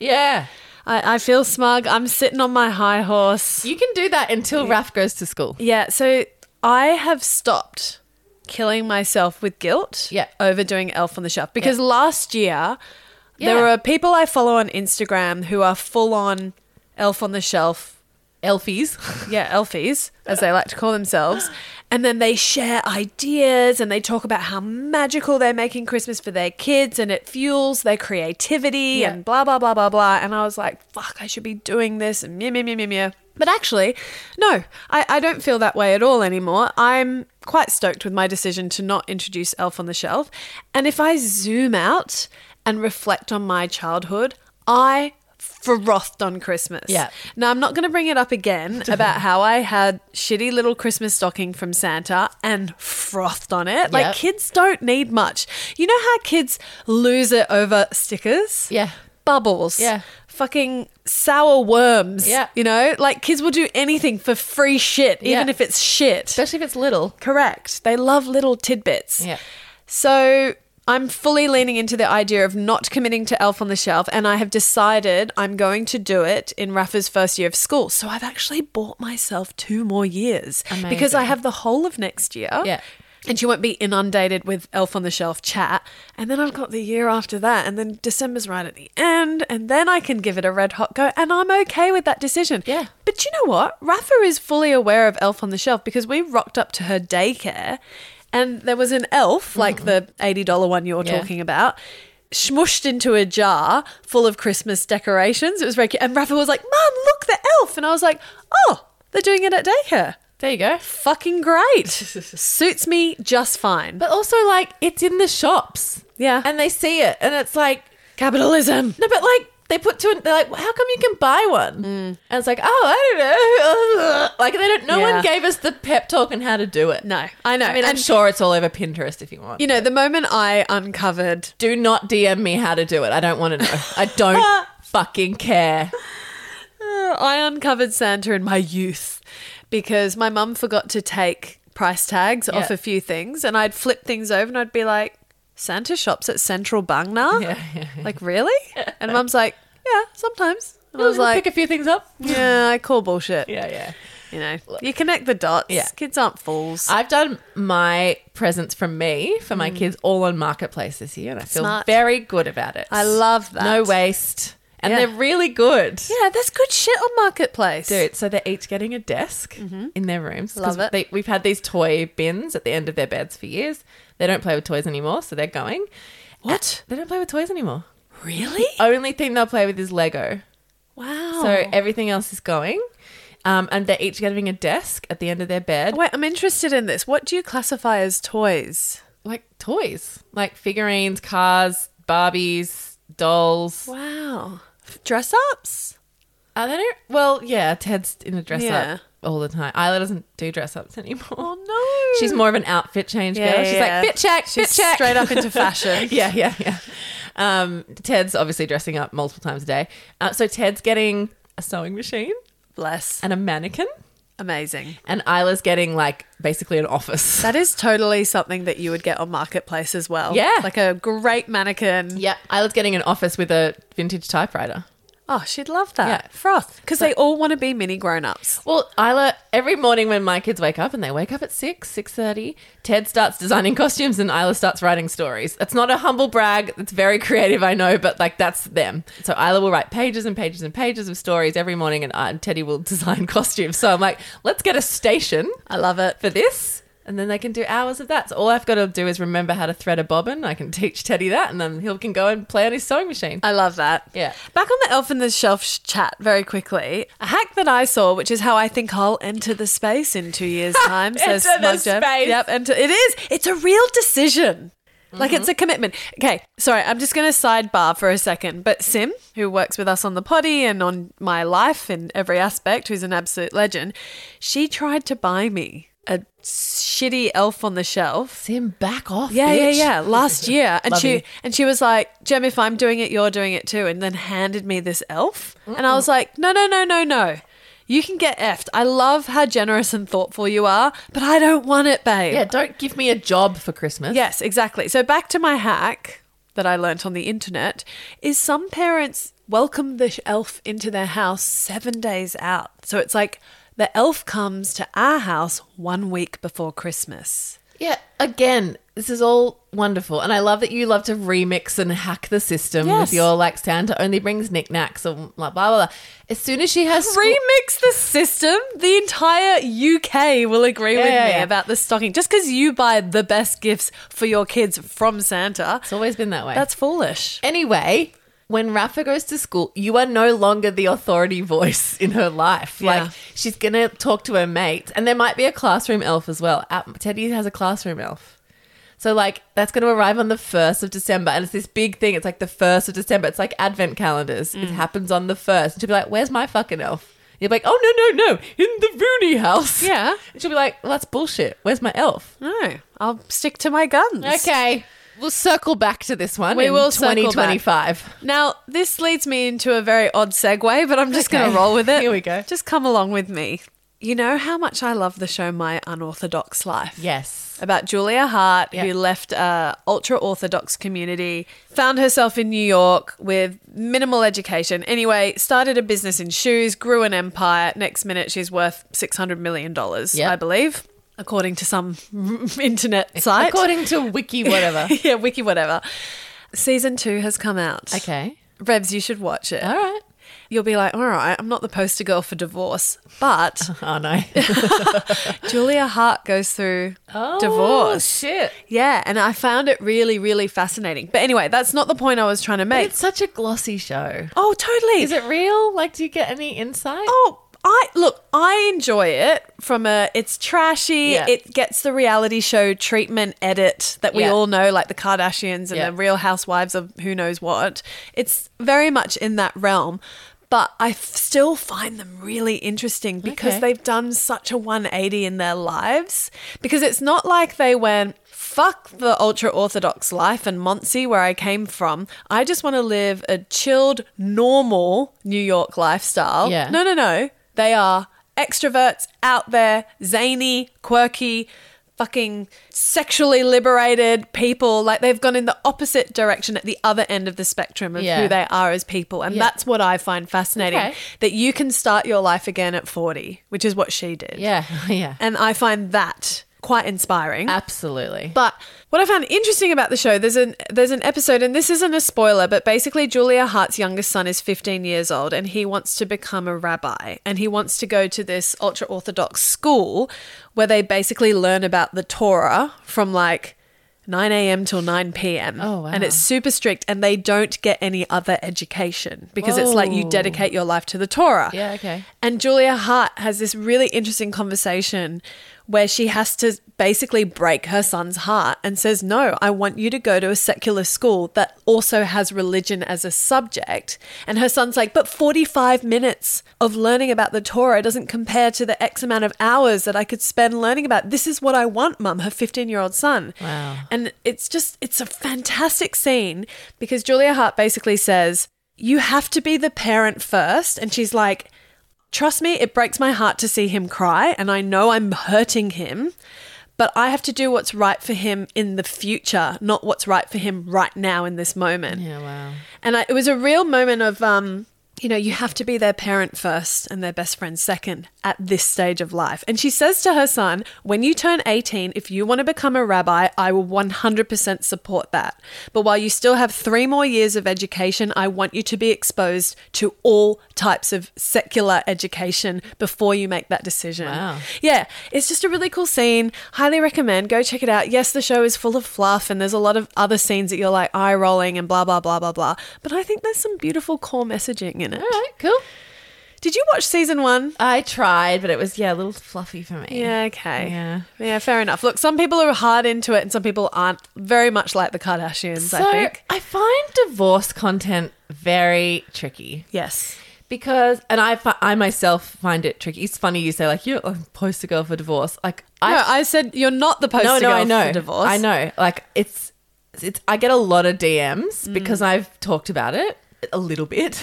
Speaker 2: yeah.
Speaker 3: I, I feel smug. I'm sitting on my high horse.
Speaker 2: You can do that until Raf goes to school.
Speaker 3: Yeah, so I have stopped killing myself with guilt
Speaker 2: Yeah.
Speaker 3: over doing Elf on the Shelf because last year there
Speaker 2: Yeah.
Speaker 3: are people I follow on Instagram who are full on Elf on the Shelf
Speaker 2: Elfies.
Speaker 3: yeah, elfies, as they like to call themselves. And then they share ideas and they talk about how magical they're making Christmas for their kids and it fuels their creativity
Speaker 2: Yeah.
Speaker 3: and blah, blah, blah, blah, blah. And I was like, fuck, I should be doing this and meh, meh, meh, meh, meh. But actually, no, I, I don't feel that way at all anymore. I'm quite stoked with my decision to not introduce Elf on the Shelf. And if I zoom out and reflect on my childhood, I frothed on Christmas.
Speaker 2: Yeah.
Speaker 3: Now, I'm not going to bring it up again about how I had shitty little Christmas stocking from Santa and frothed on it. Like,
Speaker 2: Yep.
Speaker 3: kids don't need much. You know how kids lose it over stickers?
Speaker 2: Yeah.
Speaker 3: Bubbles.
Speaker 2: Yeah.
Speaker 3: Fucking sour worms.
Speaker 2: Yeah.
Speaker 3: You know, like kids will do anything for free shit, even
Speaker 2: Yeah.
Speaker 3: if it's shit.
Speaker 2: Especially if it's little.
Speaker 3: Correct. They love little tidbits.
Speaker 2: Yeah.
Speaker 3: So I'm fully leaning into the idea of not committing to Elf on the Shelf, and I have decided I'm going to do it in Rafa's first year of school. So I've actually bought myself two more years because I
Speaker 2: Amazing.
Speaker 3: have the whole of next year.
Speaker 2: Yeah.
Speaker 3: And she won't be inundated with Elf on the Shelf chat. And then I've got the year after that. And then December's right at the end. And then I can give it a red hot go. And I'm okay with that decision.
Speaker 2: Yeah.
Speaker 3: But you know what? Rafa is fully aware of Elf on the Shelf because we rocked up to her daycare and there was an elf, like the $80 one you're
Speaker 2: Yeah.
Speaker 3: talking about, smushed into a jar full of Christmas decorations. It was very cute. And Rafa was like, Mum, look, the elf. And I was like, Oh, they're doing it at daycare.
Speaker 2: There you go.
Speaker 3: Fucking great. Suits me just fine.
Speaker 2: But also, like, it's in the shops.
Speaker 3: Yeah.
Speaker 2: And they see it. And it's like,
Speaker 3: capitalism.
Speaker 2: no, but like, they put to it, they're like, how come you can buy one?
Speaker 3: Mm.
Speaker 2: And it's like, oh, I don't know. Like, they don't, no
Speaker 3: Yeah.
Speaker 2: one gave us the pep talk on how to do it.
Speaker 3: No, I know.
Speaker 2: I mean, I'm
Speaker 3: and
Speaker 2: sure it's all over Pinterest if you want.
Speaker 3: you know, the moment I uncovered
Speaker 2: do not DM me how to do it. I don't want to know. I don't fucking care.
Speaker 3: I uncovered Santa in my youth because my mum forgot to take price tags off
Speaker 2: Yeah.
Speaker 3: a few things, and I'd flip things over and I'd be like, "Santa shops at Central Bangna."
Speaker 2: Yeah, yeah, yeah.
Speaker 3: Like really? And mum's like, "Yeah, sometimes." And I was
Speaker 2: We'll
Speaker 3: like,
Speaker 2: pick a few things up.
Speaker 3: "Yeah, I call bullshit."
Speaker 2: Yeah, yeah.
Speaker 3: You know, you connect the dots.
Speaker 2: Yeah.
Speaker 3: Kids aren't fools.
Speaker 2: I've done my presents from me for my kids all on marketplace this year, and I feel
Speaker 3: Mm. Smart.
Speaker 2: very good about it.
Speaker 3: I love that.
Speaker 2: No waste, and
Speaker 3: Yeah.
Speaker 2: they're really good.
Speaker 3: yeah, that's good shit on marketplace.
Speaker 2: Dude, so they're each getting a desk in their rooms. 'cause
Speaker 3: Mm-hmm. Love it.
Speaker 2: They, we've had these toy bins at the end of their beds for years. They don't play with toys anymore, so they're going.
Speaker 3: What?
Speaker 2: They don't play with toys anymore.
Speaker 3: Really?
Speaker 2: Only thing they'll play with is Lego.
Speaker 3: Wow.
Speaker 2: Oh. So everything else is going. Um, and they're each getting a desk at the end of their bed.
Speaker 3: wait, I'm interested in this. What do you classify as toys?
Speaker 2: Like toys, like figurines, cars, Barbies, dolls.
Speaker 3: Wow. Dress ups?
Speaker 2: Uh, they don't, well, yeah, Ted's in a dress
Speaker 3: Yeah.
Speaker 2: up all the time. Isla doesn't do dress ups anymore.
Speaker 3: Oh no.
Speaker 2: She's more of an outfit change
Speaker 3: Yeah,
Speaker 2: girl. She's
Speaker 3: yeah,
Speaker 2: like,
Speaker 3: yeah.
Speaker 2: fit check,
Speaker 3: She's
Speaker 2: fit check.
Speaker 3: straight up into fashion.
Speaker 2: yeah, yeah, yeah. Um, Ted's obviously dressing up multiple times a day. Uh, so Ted's getting a sewing machine
Speaker 3: Bless.
Speaker 2: and a mannequin.
Speaker 3: Amazing.
Speaker 2: And Isla's getting like basically an office.
Speaker 3: That is totally something that you would get on Marketplace as well.
Speaker 2: Yeah.
Speaker 3: Like a great mannequin.
Speaker 2: Yeah, I was getting an office with a vintage typewriter.
Speaker 3: Oh, she'd love that.
Speaker 2: Yeah.
Speaker 3: Froth. Because they all want to be mini grown ups.
Speaker 2: Well, Isla, every morning when my kids wake up and they wake up at six, six thirty, Ted starts designing costumes and Isla starts writing stories. It's not a humble brag. It's very creative, I know, but like that's them. So Isla will write pages and pages and pages of stories every morning, and, I, and Teddy will design costumes. So I'm like, let's get a station
Speaker 3: I love it.
Speaker 2: for this. And then they can do hours of that. So all I've got to do is remember how to thread a bobbin. I can teach Teddy that, and then he can go and play on his sewing machine.
Speaker 3: I love that.
Speaker 2: Yeah.
Speaker 3: Back on the Elf in the Shelf sh- chat very quickly. A hack that I saw, which is how I think I'll enter the space in two years' time, says
Speaker 2: Enter the
Speaker 3: Smug Jam.
Speaker 2: space.
Speaker 3: Yep, enter. It is. It's a real decision. Like it's a commitment. Okay, sorry, I'm just going to sidebar for a second. But Sim, who works with us on the potty and on my life in every aspect, who's an absolute legend, she tried to buy me a shitty elf on the shelf
Speaker 2: Sim, back off.
Speaker 3: yeah,
Speaker 2: bitch.
Speaker 3: yeah, yeah. Last year, and
Speaker 2: Love
Speaker 3: she
Speaker 2: you.
Speaker 3: and she was like, "Jem, if I'm doing it, you're doing it too." And then handed me this elf, and I was like, "No, no, no, no, no." You can get effed. I love how generous and thoughtful you are, but I don't want it, babe.
Speaker 2: Yeah, don't give me a job for Christmas.
Speaker 3: Yes, exactly. So back to my hack that I learnt on the internet is some parents welcome the elf into their house 7 days out. So it's like the elf comes to our house 1 week before Christmas.
Speaker 2: Yeah, again, this is all wonderful. And I love that you love to remix and hack the system
Speaker 3: Yes.
Speaker 2: with your like Santa only brings knickknacks or blah, blah, blah. As soon as she has school-
Speaker 3: remix the system, the entire UK will agree with
Speaker 2: Yeah,
Speaker 3: me
Speaker 2: yeah.
Speaker 3: about the stocking. Just because you buy the best gifts for your kids from Santa,
Speaker 2: It's always been that way.
Speaker 3: that's foolish.
Speaker 2: Anyway, when Rafa goes to school, you are no longer the authority voice in her life.
Speaker 3: Yeah.
Speaker 2: Like she's going to talk to her mates and there might be a classroom elf as well. At- Teddy has a classroom elf. So like that's going to arrive on the 1st of December and it's this big thing. It's like the 1st of December. It's like advent calendars. It happens on the 1st. And she'll be like, "Where's my fucking elf?" You'll be like, "Oh no, no, no, in the Rooney house."
Speaker 3: Yeah.
Speaker 2: And she'll be like, well, "That's bullshit. Where's my elf?"
Speaker 3: No, I'll stick to my guns.
Speaker 2: Okay. We'll circle back to this one
Speaker 3: We
Speaker 2: in
Speaker 3: will circle back.
Speaker 2: 2025.
Speaker 3: Now, this leads me into a very odd segue, but I'm just going
Speaker 2: Okay.
Speaker 3: to roll with it.
Speaker 2: Here we go.
Speaker 3: Just come along with me. You know how much I love the show My Unorthodox Life?
Speaker 2: Yes.
Speaker 3: about Julia Hart,
Speaker 2: Yeah.
Speaker 3: who left a ultra orthodox community, found herself in New York with minimal education. Anyway, started a business in shoes, grew an empire. Next minute, she's worth six hundred million dollars,
Speaker 2: Yep.
Speaker 3: I believe, according to some internet site.
Speaker 2: According to Wiki, whatever.
Speaker 3: yeah, wiki, whatever. Season two has come out.
Speaker 2: okay.
Speaker 3: Revs, you should watch it.
Speaker 2: All right.
Speaker 3: You'll be like, all right, I'm not the poster girl for divorce, but
Speaker 2: Oh no.
Speaker 3: Julia Hart goes through
Speaker 2: Oh,
Speaker 3: divorce.
Speaker 2: Shit.
Speaker 3: Yeah, and I found it really, really fascinating. But anyway, that's not the point I was trying to make.
Speaker 2: It's such a glossy show.
Speaker 3: oh, totally.
Speaker 2: Is it real? Like, do you get any insight?
Speaker 3: Oh, I look. I enjoy it from a. It's trashy.
Speaker 2: Yeah.
Speaker 3: It gets the reality show treatment edit that we
Speaker 2: Yeah.
Speaker 3: all know, like the Kardashians and
Speaker 2: Yeah.
Speaker 3: the Real Housewives of who knows what. It's very much in that realm. But I f- still find them really interesting because
Speaker 2: Okay.
Speaker 3: they've done such a 180 in their lives. Because it's not like they went, fuck the ultra orthodox life in Monsey, where I came from. I just want to live a chilled, normal New York lifestyle.
Speaker 2: Yeah.
Speaker 3: No, no, no. They are extroverts out there, zany, quirky, fucking sexually liberated people. Like they've gone in the opposite direction at the other end of the spectrum of
Speaker 2: Yeah.
Speaker 3: who they are as people. And
Speaker 2: Yeah.
Speaker 3: that's what I find fascinating
Speaker 2: Okay.
Speaker 3: that you can start your life again at 40, which is what she did.
Speaker 2: Yeah. Yeah.
Speaker 3: And I find that quite inspiring.
Speaker 2: Absolutely.
Speaker 3: But what I found interesting about the show, there's an there's an episode, and this isn't a spoiler, but basically Julia Hart's youngest son is 15 years old, and he wants to become a rabbi, and he wants to go to this ultra orthodox school where they basically learn about the Torah from like 9 a.m. till 9 p.m.
Speaker 2: Oh, wow.
Speaker 3: And it's super strict, and they don't get any other education because it's like you
Speaker 2: Whoa.
Speaker 3: dedicate your life to the Torah.
Speaker 2: Yeah, okay.
Speaker 3: And Julia Hart has this really interesting conversation where she has to basically break her son's heart and says, No, I want you to go to a secular school that also has religion as a subject. And her son's like, But 45 minutes of learning about the Torah doesn't compare to the X amount of hours that I could spend learning about. This is what I want, mum, her 15 year old son.
Speaker 2: Wow.
Speaker 3: And it's just, it's a fantastic scene because Julia Hart basically says, You have to be the parent first. And she's like, Trust me, it breaks my heart to see him cry, and I know I'm hurting him, but I have to do what's right for him in the future, not what's right for him right now in this moment.
Speaker 2: yeah. Wow.
Speaker 3: And I, it was a real moment of, um, you know, you have to be their parent first and their best friend second at this stage of life. And she says to her son, when you turn 18, if you want to become a rabbi, I will 100% support that. But while you still have three more years of education, I want you to be exposed to all types of secular education before you make that decision.
Speaker 2: Wow.
Speaker 3: Yeah, it's just a really cool scene. Highly recommend. Go check it out. Yes, the show is full of fluff and there's a lot of other scenes that you're like eye rolling and blah, blah, blah, blah, blah. But I think there's some beautiful core messaging in it.
Speaker 2: All right. Cool.
Speaker 3: Did you watch season one?
Speaker 2: I tried, but it was yeah, a little fluffy for me.
Speaker 3: Yeah, okay.
Speaker 2: Yeah.
Speaker 3: Yeah, fair enough. Look, some people are hard into it and some people aren't very much like the Kardashians,
Speaker 2: So
Speaker 3: I think.
Speaker 2: I find divorce content very tricky.
Speaker 3: Yes.
Speaker 2: because and I fi- I myself find it tricky. It's funny you say like you're a poster girl for divorce. Like I
Speaker 3: no, I said you're not the poster
Speaker 2: no no
Speaker 3: girl
Speaker 2: I know
Speaker 3: for divorce.
Speaker 2: I know like it's it's I get a lot of DMs
Speaker 3: Mm.
Speaker 2: because I've talked about it a little bit.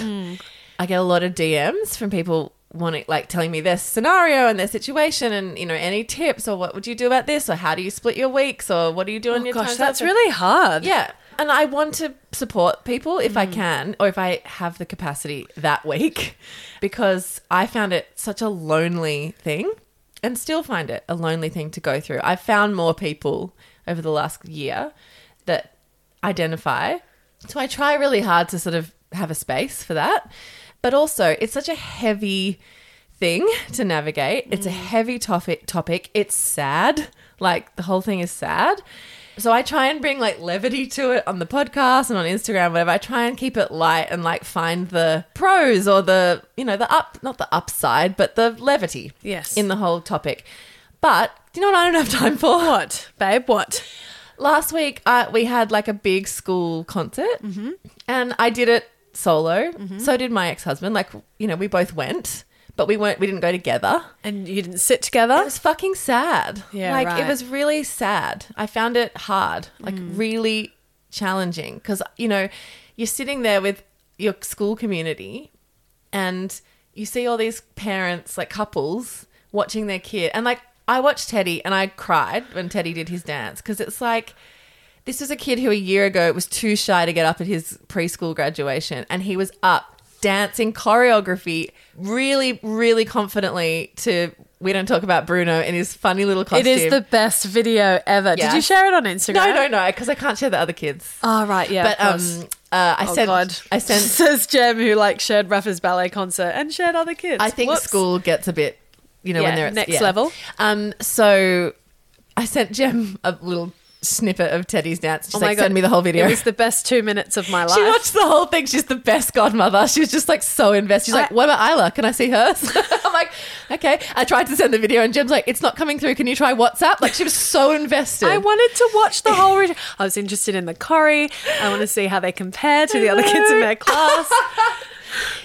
Speaker 2: I get a lot of DMs from people wanting like telling me their scenario and their situation and you know any tips or what would you do about this or how do you split your weeks or what do you do on
Speaker 3: Oh
Speaker 2: your
Speaker 3: gosh,
Speaker 2: times
Speaker 3: that's
Speaker 2: off?
Speaker 3: really hard.
Speaker 2: Yeah. And I want to support people if I can or if I have the capacity that week because I found it such a lonely thing and still find it a lonely thing to go through. I've found more people over the last year that identify. So I try really hard to sort of have a space for that. But also, it's such a heavy thing to navigate. It's a heavy topic topic. It's sad. Like the whole thing is sad. So I try and bring like levity to it on the podcast and on Instagram, whatever. I try and keep it light and like find the pros or the, you know, the up not the upside, but the levity.
Speaker 3: Yes.
Speaker 2: In the whole topic. But do you know what I don't have time for?
Speaker 3: What, babe? What?
Speaker 2: last week I, we had like a big school concert
Speaker 3: Mm-hmm.
Speaker 2: and i did it solo so did my ex-husband like you know we both went but we weren't we didn't go together
Speaker 3: And you didn't sit
Speaker 2: it
Speaker 3: together?
Speaker 2: was fucking sad
Speaker 3: Yeah,
Speaker 2: like
Speaker 3: right.
Speaker 2: it was really sad i found it hard like
Speaker 3: Mm.
Speaker 2: really challenging because you know you're sitting there with your school community and you see all these parents like couples watching their kid and like i watched teddy and i cried when teddy did his dance because it's like this was a kid who a year ago was too shy to get up at his preschool graduation and he was up dancing choreography really really confidently to we don't talk about bruno in his funny little
Speaker 3: It
Speaker 2: costume
Speaker 3: is the best video ever.
Speaker 2: Yeah.
Speaker 3: Did you share it on Instagram?
Speaker 2: no no no because i can't share the other kids
Speaker 3: Oh, right, yeah.
Speaker 2: but
Speaker 3: of
Speaker 2: um
Speaker 3: course.
Speaker 2: uh, i
Speaker 3: oh,
Speaker 2: sent
Speaker 3: God.
Speaker 2: i sent
Speaker 3: Says Jem, who like shared Rafa's ballet concert and shared other kids.
Speaker 2: I think
Speaker 3: Whoops.
Speaker 2: school gets a bit, you know,
Speaker 3: Yeah,
Speaker 2: when they're at
Speaker 3: next level.
Speaker 2: Um, so I sent Jem a little snippet of Teddy's dance. She's
Speaker 3: Oh my
Speaker 2: like,
Speaker 3: God.
Speaker 2: send me the whole video.
Speaker 3: It was the best two minutes of my life.
Speaker 2: She watched the whole thing. She's the best godmother. She was just like so invested. She's like,
Speaker 3: I-
Speaker 2: "What about Isla? Can I see hers?" I'm like, "Okay." I tried to send the video, and Jim's like, "It's not coming through. Can you try WhatsApp?" Like she was so invested.
Speaker 3: I wanted to watch the whole. Re- I was interested in the Corrie. I want to see how they compare to the other kids in their class.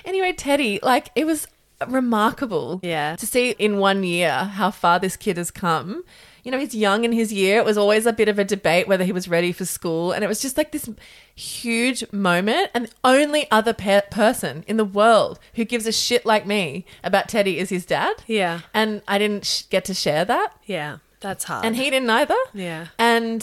Speaker 2: anyway, Teddy, like it was remarkable.
Speaker 3: Yeah.
Speaker 2: To see in one year how far this kid has come. You know, he's young in his year. It was always a bit of a debate whether he was ready for school. And it was just like this huge moment. And the only other pe- person in the world who gives a shit like me about Teddy is his dad.
Speaker 3: Yeah.
Speaker 2: And I didn't sh- get to share that.
Speaker 3: Yeah, that's hard.
Speaker 2: And he didn't either.
Speaker 3: Yeah.
Speaker 2: And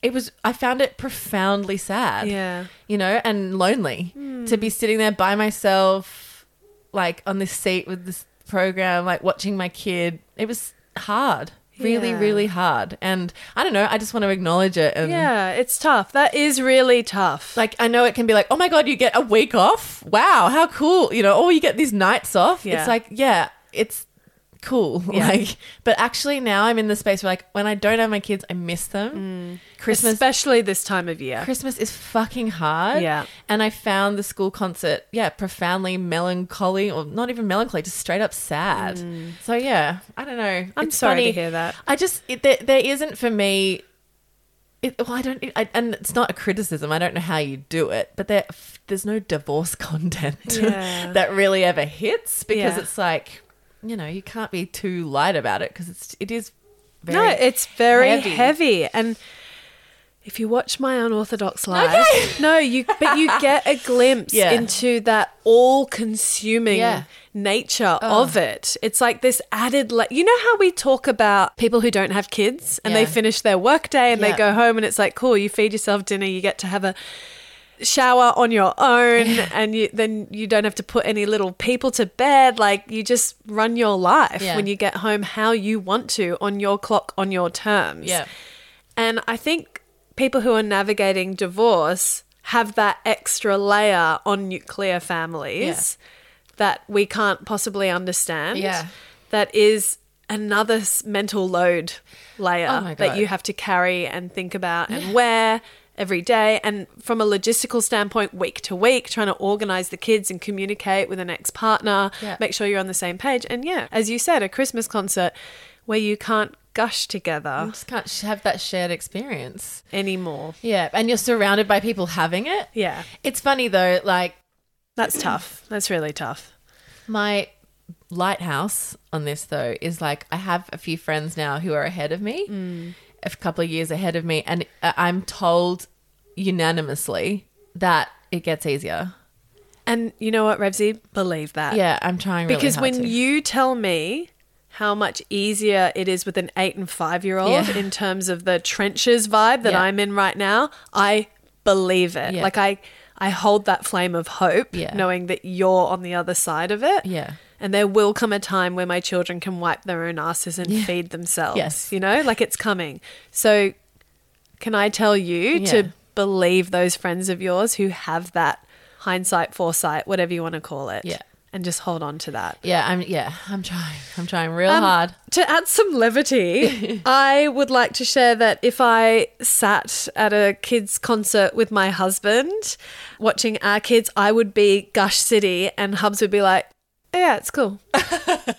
Speaker 2: it was, I found it profoundly sad.
Speaker 3: Yeah. Hmm.
Speaker 2: You know, and lonely to be sitting there by myself, like on this seat with this program, like watching my kid. It was hard, really,
Speaker 3: Yeah.
Speaker 2: really hard. And I don't know, I just want to acknowledge it. And
Speaker 3: yeah, it's tough. That is really tough.
Speaker 2: like, I know it can be like, oh my God, you get a week off. Wow, how cool. You know, or you get these nights off.
Speaker 3: Yeah.
Speaker 2: It's like, yeah, it's cool. Like, but actually now I'm in the space where like when I don't have my kids, I miss them. Christmas
Speaker 3: especially this time of year.
Speaker 2: Christmas is fucking hard.
Speaker 3: Yeah.
Speaker 2: And I found the school concert, yeah, profoundly melancholy or not even melancholy, just straight up sad. So yeah, I don't know.
Speaker 3: Mm. I'm
Speaker 2: It's
Speaker 3: sorry to
Speaker 2: funny.
Speaker 3: hear that.
Speaker 2: I just it, there, there isn't for me. It, well, I don't, I, and it's not a criticism. I don't know how you do it, but there, there's no divorce content
Speaker 3: Yeah.
Speaker 2: that really ever hits because
Speaker 3: Yeah.
Speaker 2: it's like, you know, you can't be too light about it because it's it is very
Speaker 3: no, it's very heavy.
Speaker 2: heavy.
Speaker 3: and. If you watch my unorthodox life, no, you but you get a glimpse
Speaker 2: Yeah.
Speaker 3: into that all-consuming
Speaker 2: Yeah. Oh.
Speaker 3: nature of it. It's like this added, like you know how we talk about people who don't have kids and they
Speaker 2: Yeah.
Speaker 3: finish their workday and they
Speaker 2: Yeah.
Speaker 3: go home and it's like cool, you feed yourself dinner, you get to have a shower on your own and you then you don't have to put any little people to bed like you just run your life
Speaker 2: Yeah.
Speaker 3: when you get home how you want to on your clock on your terms
Speaker 2: Yeah.
Speaker 3: and i think people who are navigating divorce have that extra layer on nuclear families that we can't possibly understand
Speaker 2: Yeah.
Speaker 3: that is another s- mental load layer
Speaker 2: Oh my
Speaker 3: that
Speaker 2: God.
Speaker 3: you have to carry and think about and wear every day. And from a logistical standpoint, week to week, trying to organize the kids and communicate with an ex partner,
Speaker 2: Yeah.
Speaker 3: make sure you're on the same page. And yeah, as you said, a Christmas concert where you can't gush together
Speaker 2: just can't sh- have that shared experience.
Speaker 3: anymore.
Speaker 2: Yeah, and you're surrounded by people having it.
Speaker 3: Yeah,
Speaker 2: It's funny though, like
Speaker 3: that's tough. That's really tough.
Speaker 2: my lighthouse on this though is like I have a few friends now who are ahead of me,
Speaker 3: Mm.
Speaker 2: a couple of years ahead of me, and I- I'm told unanimously that it gets easier.
Speaker 3: And you know what, Revsy? Believe that.
Speaker 2: Yeah, I'm trying really
Speaker 3: Uh, because
Speaker 2: hard
Speaker 3: when
Speaker 2: to.
Speaker 3: you tell me how much easier it is with an eight and five year old
Speaker 2: Yeah.
Speaker 3: in terms of the trenches vibe that
Speaker 2: Yeah.
Speaker 3: I'm in right now, I believe it.
Speaker 2: Yeah.
Speaker 3: Like I, I hold that flame of hope,
Speaker 2: Yeah.
Speaker 3: knowing that you're on the other side of it.
Speaker 2: Yeah.
Speaker 3: And there will come a time where my children can wipe their own asses and feed themselves.
Speaker 2: Yes.
Speaker 3: You know, like it's coming. So, can I tell you
Speaker 2: Yeah.
Speaker 3: to believe those friends of yours who have that hindsight, foresight, whatever you want to call it?
Speaker 2: Yeah.
Speaker 3: And just hold on to that.
Speaker 2: yeah, I'm yeah, I'm trying. I'm trying real
Speaker 3: Um,
Speaker 2: hard.
Speaker 3: To add some levity, I would like to share that if I sat at a kids' concert with my husband watching our kids, I would be Gush City and Hubs would be like, "Oh, yeah, it's cool.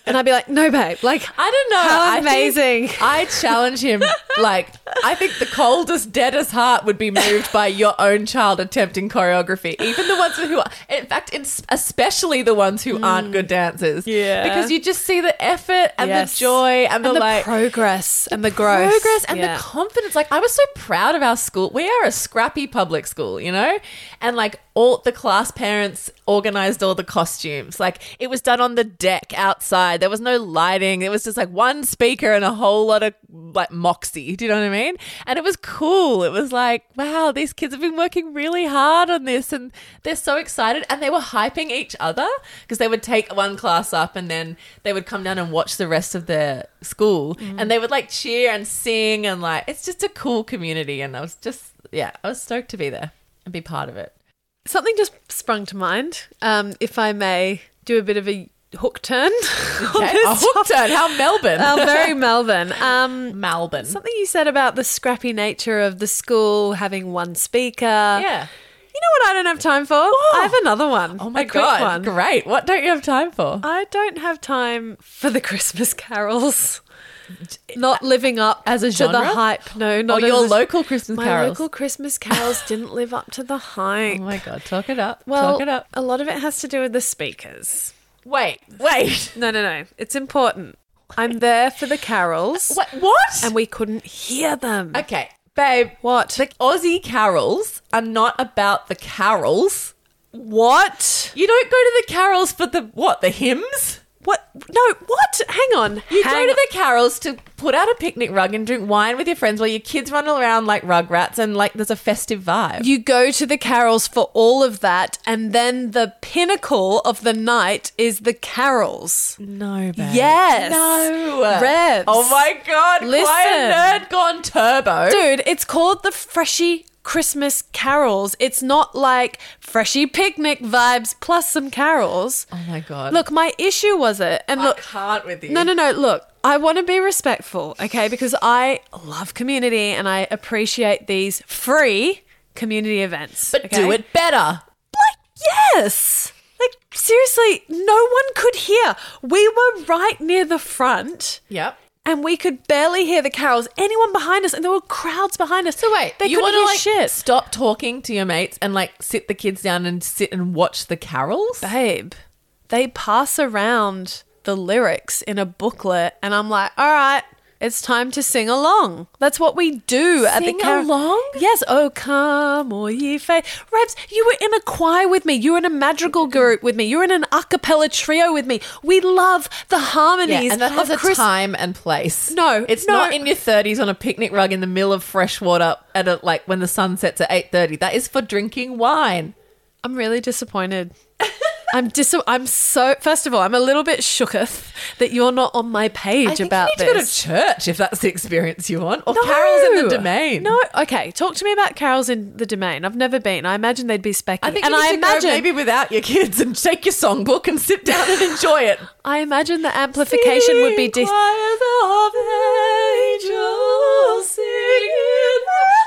Speaker 3: and I'd be like, no, babe. Like,
Speaker 2: I don't know.
Speaker 3: How
Speaker 2: I think-
Speaker 3: amazing.
Speaker 2: I challenge him. Like, I think the coldest, deadest heart would be moved by your own child attempting choreography. Even the ones who, are, in fact, in, especially the ones who aren't good dancers.
Speaker 3: Mm. Yeah.
Speaker 2: because you just see the effort and
Speaker 3: Yes.
Speaker 2: the joy and,
Speaker 3: and
Speaker 2: the,
Speaker 3: the
Speaker 2: like
Speaker 3: progress and the growth.
Speaker 2: progress and
Speaker 3: Yeah.
Speaker 2: the confidence. Like I was so proud of our school. We are a scrappy public school, you know, and like all the class parents organized all the costumes. Like it was done on the deck outside. There was no lighting. It was just like one speaker and a whole lot of like moxie. Do you know what I mean? And it was cool. It was like wow, these kids have been working really hard on this, and they're so excited. And they were hyping each other because they would take one class up and then they would come down and watch the rest of their school
Speaker 3: Mm.
Speaker 2: and they would like cheer and sing and like it's just a cool community and I was just yeah I was stoked to be there and be part of it.
Speaker 3: Something just sprung to mind. Um, if I may do a bit of a hook turn. on
Speaker 2: Okay,
Speaker 3: this
Speaker 2: a hook
Speaker 3: topic.
Speaker 2: turn. How Melbourne?
Speaker 3: Oh, very Melbourne. Um,
Speaker 2: Melbourne.
Speaker 3: Something you said about the scrappy nature of the school having one speaker.
Speaker 2: uh, yeah.
Speaker 3: You know what I don't have time for? I have another one.
Speaker 2: Oh my
Speaker 3: a quick
Speaker 2: god.
Speaker 3: one.
Speaker 2: Great. What don't you have time for?
Speaker 3: I don't have time for the Christmas carols. Not living up
Speaker 2: As a
Speaker 3: to the
Speaker 2: genre?
Speaker 3: hype. No,
Speaker 2: Or
Speaker 3: not as
Speaker 2: Oh, your
Speaker 3: a-
Speaker 2: local Christmas
Speaker 3: My
Speaker 2: carols.
Speaker 3: local Christmas carols didn't live up to the hype.
Speaker 2: oh my god. Talk it up.
Speaker 3: well,
Speaker 2: Talk it up.
Speaker 3: a lot of it has to do with the speakers.
Speaker 2: Wait. Wait.
Speaker 3: No, no, no. It's important. I'm there for the carols,
Speaker 2: What? What?
Speaker 3: and we couldn't hear them.
Speaker 2: okay, babe.
Speaker 3: What?
Speaker 2: The Aussie carols are not about the carols.
Speaker 3: what?
Speaker 2: You don't go to the carols for the what? The hymns?
Speaker 3: What? No, what? Hang on.
Speaker 2: You
Speaker 3: Hang
Speaker 2: go to the carols to put out a picnic rug and drink wine with your friends while your kids run around like rugrats and like there's a festive vibe.
Speaker 3: You go to the carols for all of that, and then the pinnacle of the night is the carols.
Speaker 2: no, babe.
Speaker 3: Yes.
Speaker 2: No.
Speaker 3: Revs.
Speaker 2: Oh my god.
Speaker 3: Listen.
Speaker 2: Quiet nerd gone turbo.
Speaker 3: Dude, it's called the Freshy Christmas Carols. It's not like Freshy Picnic vibes plus some carols.
Speaker 2: Oh my god.
Speaker 3: Look, my issue was it, and
Speaker 2: I
Speaker 3: look,
Speaker 2: can't with you.
Speaker 3: No, no, no. Look, I want to be respectful, okay? Because I love community and I appreciate these free community events.
Speaker 2: But
Speaker 3: okay?
Speaker 2: do it better.
Speaker 3: Like, yes. Like, seriously, no one could hear. We were right near the front.
Speaker 2: Yep.
Speaker 3: And we could barely hear the carols. Anyone behind us, and there were crowds behind us.
Speaker 2: So wait,
Speaker 3: they
Speaker 2: you
Speaker 3: couldn't
Speaker 2: want to
Speaker 3: hear
Speaker 2: like
Speaker 3: shit,
Speaker 2: stop talking to your mates and like sit the kids down and sit and watch the carols?
Speaker 3: babe. They pass around the lyrics in a booklet, and I'm like, all right, it's time to sing along. That's what we do at the
Speaker 2: Sing
Speaker 3: car-
Speaker 2: along?
Speaker 3: Yes. Oh, come, all ye faith. Rebs, you were in a choir with me. You were in a madrigal group with me. You were in an a cappella trio with me. We love the
Speaker 2: Yeah,
Speaker 3: harmonies
Speaker 2: and that has a
Speaker 3: of Chris-
Speaker 2: time and place.
Speaker 3: No,
Speaker 2: it's
Speaker 3: no.
Speaker 2: not in your thirties on a picnic rug in the middle of fresh water at a, like when the sun sets at eight thirty. That is for drinking wine.
Speaker 3: I'm really disappointed. I'm dis- I'm so. First of all, I'm a little bit shooketh that you're not on my page
Speaker 2: I think
Speaker 3: about
Speaker 2: you need
Speaker 3: this.
Speaker 2: to go to church if that's the experience you want, or carols in the
Speaker 3: No.
Speaker 2: domain.
Speaker 3: No, okay. Talk to me about carols in the domain. I've never been. I imagine they'd be specking.
Speaker 2: I think
Speaker 3: and
Speaker 2: you need
Speaker 3: I
Speaker 2: to go
Speaker 3: imagine
Speaker 2: maybe without your kids and take your songbook and sit down and enjoy it.
Speaker 3: I imagine the amplification would be
Speaker 2: Sing
Speaker 3: dis-
Speaker 2: choirs of angels singing.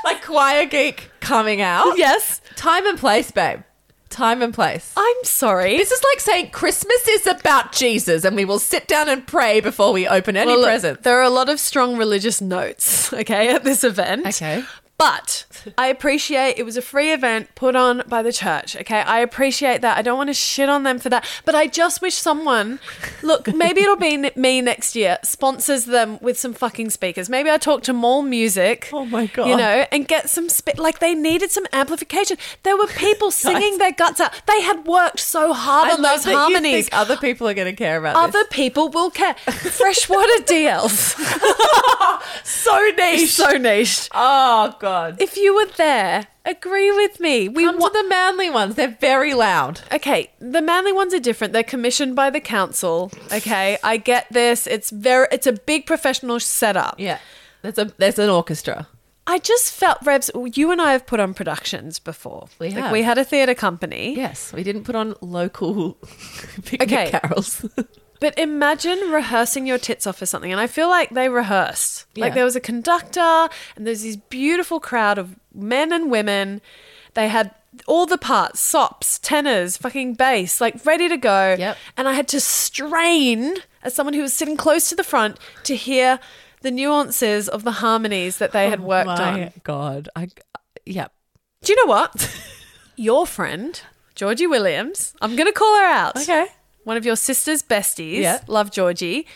Speaker 2: like choir geek. coming out.
Speaker 3: Oh, Yes.
Speaker 2: Time and place, babe. Time and place.
Speaker 3: I'm sorry.
Speaker 2: This is like saying Christmas is about Jesus and we will sit down and pray before we open any
Speaker 3: Well, look,
Speaker 2: presents.
Speaker 3: There are a lot of strong religious notes, okay, at this event.
Speaker 2: Okay.
Speaker 3: But I appreciate it was a free event put on by the church, okay? I appreciate that. I don't want to shit on them for that. But I just wish someone, look, maybe it'll be n- me next year, sponsors them with some fucking speakers. Maybe I talk to Mall Music.
Speaker 2: Oh my God.
Speaker 3: You know, and get some, spe- like, they needed some amplification. There were people singing their guts out. They had worked so hard
Speaker 2: I
Speaker 3: on
Speaker 2: love
Speaker 3: those
Speaker 2: that you think
Speaker 3: harmonies
Speaker 2: other people are going to care about
Speaker 3: other people will care. Freshwater DLs.
Speaker 2: this. So niche.
Speaker 3: so niched.
Speaker 2: oh god.
Speaker 3: If you were there, agree with me. We
Speaker 2: Come
Speaker 3: want
Speaker 2: to the manly ones. They're very loud.
Speaker 3: Okay, the manly ones are different. They're commissioned by the council. Okay, I get this. It's very it's a big professional setup.
Speaker 2: Yeah. There's a there's an orchestra.
Speaker 3: I just felt Rebs, you and I have put on productions before.
Speaker 2: We
Speaker 3: Like,
Speaker 2: have.
Speaker 3: we had a theatre company.
Speaker 2: Yes, we didn't put on local picnic
Speaker 3: Okay.
Speaker 2: carols.
Speaker 3: But imagine rehearsing your tits off for something. And I feel like they rehearsed. Like
Speaker 2: Yeah.
Speaker 3: there was a conductor and there's this beautiful crowd of men and women. They had all the parts, sops, tenors, fucking bass, like ready to go.
Speaker 2: Yep.
Speaker 3: And I had to strain as someone who was sitting close to the front to hear the nuances of the harmonies that they had worked
Speaker 2: Oh My
Speaker 3: on.
Speaker 2: god. I yeah.
Speaker 3: Do you know what? your friend, Georgie Williams, I'm going to call her out
Speaker 2: Okay.
Speaker 3: one of your sister's besties,
Speaker 2: Yeah.
Speaker 3: love Georgie,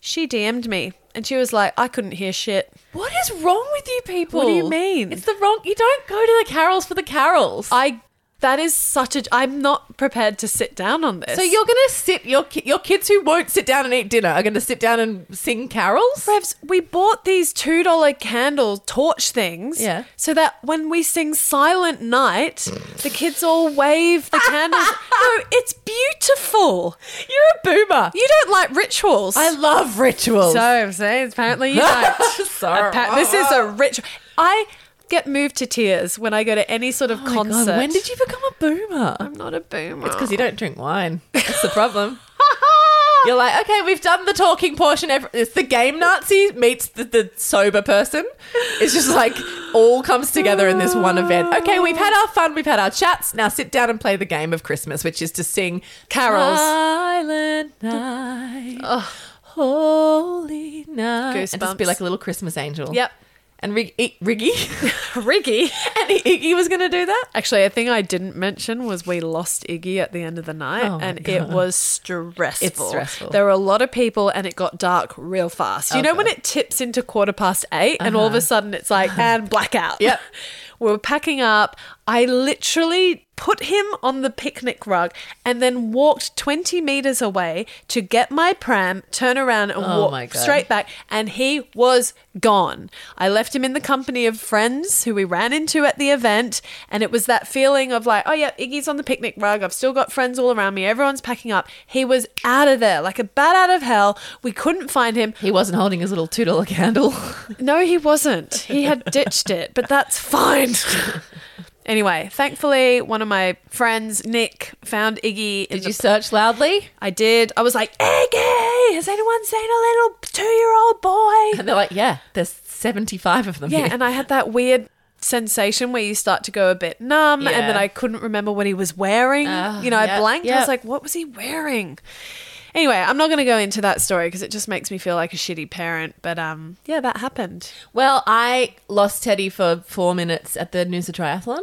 Speaker 3: she DM'd me and she was like, I couldn't hear shit.
Speaker 2: What is wrong with you people?
Speaker 3: What do you mean?
Speaker 2: It's the wrong you don't go to the carols for the carols.
Speaker 3: I that is such a I'm not prepared to sit down on this.
Speaker 2: So you're going to sit your ki- your kids who won't sit down and eat dinner are going to sit down and sing carols?
Speaker 3: Revs, we bought these two dollar candle torch things.
Speaker 2: Yeah.
Speaker 3: So that when we sing Silent Night, the kids all wave the candles. no, it's beautiful.
Speaker 2: You're a boomer.
Speaker 3: You don't like rituals.
Speaker 2: I love rituals.
Speaker 3: So, see, apparently you don't.
Speaker 2: Sorry. Uh,
Speaker 3: Appa- this is a rich. I get moved to tears when I go to any sort of
Speaker 2: Oh my God,
Speaker 3: concert.
Speaker 2: when did you become a boomer?
Speaker 3: I'm not a boomer.
Speaker 2: Because you don't drink wine. That's the problem. You're like, okay, we've done the talking portion. Every- It's the game Nazi meets the, the sober person. It's just like all comes together in this one event. Okay, we've had our fun, we've had our chats. Now sit down and play the game of Christmas, which is to sing
Speaker 3: Carols.
Speaker 2: Silent night, holy night, and just be
Speaker 3: Goosebumps.
Speaker 2: like a little Christmas angel.
Speaker 3: Yep.
Speaker 2: And Rig- I- Riggy,
Speaker 3: Riggy.
Speaker 2: and I- Iggy was going to do that.
Speaker 3: Actually, a thing I didn't mention was we lost Iggy at the end of the night,
Speaker 2: Oh my
Speaker 3: and it was stressful.
Speaker 2: It's stressful. Oh,
Speaker 3: There were a lot of people, and it got dark real fast. You know when it tips into quarter past 8 and all of a sudden it's like and blackout.
Speaker 2: Uh-huh. Yep.
Speaker 3: we were packing up. I literally put him on the picnic rug and then walked twenty meters away to get my pram, turn around, and
Speaker 2: Oh my
Speaker 3: walk
Speaker 2: God.
Speaker 3: straight back and he was gone. I left him in the company of friends who we ran into at the event and it was that feeling of like, oh yeah, Iggy's on the picnic rug. I've still got friends all around me. Everyone's packing up. He was out of there like a bat out of hell. We couldn't find him.
Speaker 2: He wasn't holding his little two dollar candle.
Speaker 3: No, he wasn't. He had ditched it, but that's fine. anyway, thankfully one of my friends, Nick, found Iggy in
Speaker 2: Did
Speaker 3: the
Speaker 2: you search loudly?
Speaker 3: I did. I was like, Iggy, has anyone seen a little two year old boy?
Speaker 2: And they're like, yeah, there's 75 of them
Speaker 3: Yeah,
Speaker 2: here.
Speaker 3: and I had that weird sensation where you start to go a bit numb and
Speaker 2: Yeah.
Speaker 3: then I couldn't remember what he was wearing.
Speaker 2: Ah,
Speaker 3: you know, I
Speaker 2: yeah,
Speaker 3: blanked. I
Speaker 2: yeah.
Speaker 3: was like, what was he wearing? Anyway, I'm not going to go into that story because it just makes me feel like a shitty parent. But um, yeah, that happened.
Speaker 2: well, I lost Teddy for four minutes at the Noosa Triathlon.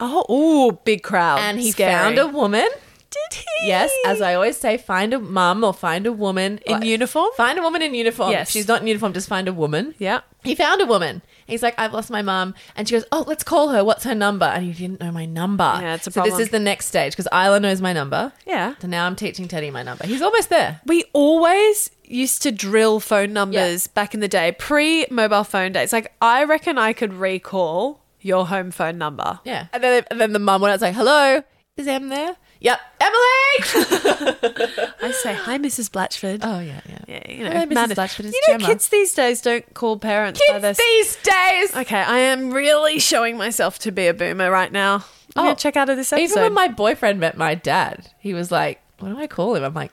Speaker 3: Oh, ooh, big crowd.
Speaker 2: And he
Speaker 3: Scary.
Speaker 2: found a woman.
Speaker 3: Did he?
Speaker 2: Yes, as I always say, find a mum or find a woman
Speaker 3: In
Speaker 2: Like,
Speaker 3: uniform?
Speaker 2: Find a woman in uniform.
Speaker 3: Yes.
Speaker 2: If she's not in uniform, just find a woman.
Speaker 3: Yeah.
Speaker 2: He found a woman. He's like, I've lost my mum. And she goes, Oh, let's call her. What's her number? And he didn't know my number.
Speaker 3: Yeah, it's a
Speaker 2: so
Speaker 3: problem.
Speaker 2: this is the next stage because Isla knows my number.
Speaker 3: Yeah.
Speaker 2: So now I'm teaching Teddy my number. He's almost there.
Speaker 3: We always used to drill phone numbers back in the day, pre mobile phone days. Like, I reckon I could recall your home phone number.
Speaker 2: Yeah. And then, and then the mum went out and was like, Hello, is Em there? Yep. Emily!
Speaker 3: I say, Hi, Mrs. Blatchford.
Speaker 2: oh, yeah, yeah.
Speaker 3: Yeah, you know,
Speaker 2: Hello, Mrs.
Speaker 3: manners.
Speaker 2: Blatchford, it's
Speaker 3: you know,
Speaker 2: Gemma.
Speaker 3: kids these days don't call parents by their.
Speaker 2: Kids these days.
Speaker 3: okay, I am really showing myself to be a boomer right now. I'm gonna
Speaker 2: Oh,
Speaker 3: check out of this episode.
Speaker 2: Even when my boyfriend met my dad, he was like, "What do I call him?" I'm like,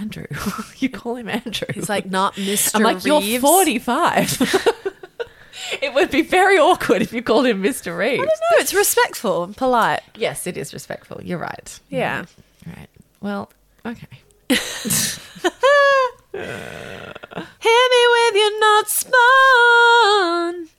Speaker 2: "Andrew." you call him Andrew.
Speaker 3: He's like, not Mr.
Speaker 2: I'm like,
Speaker 3: Reeves."
Speaker 2: "You're 45." It would be very awkward if you called him Mr. Reeves.
Speaker 3: No, it's respectful and polite.
Speaker 2: Yes, it is respectful. You're right.
Speaker 3: Yeah.
Speaker 2: Right. Well, okay.
Speaker 3: Hit Mm. me with your not spawn.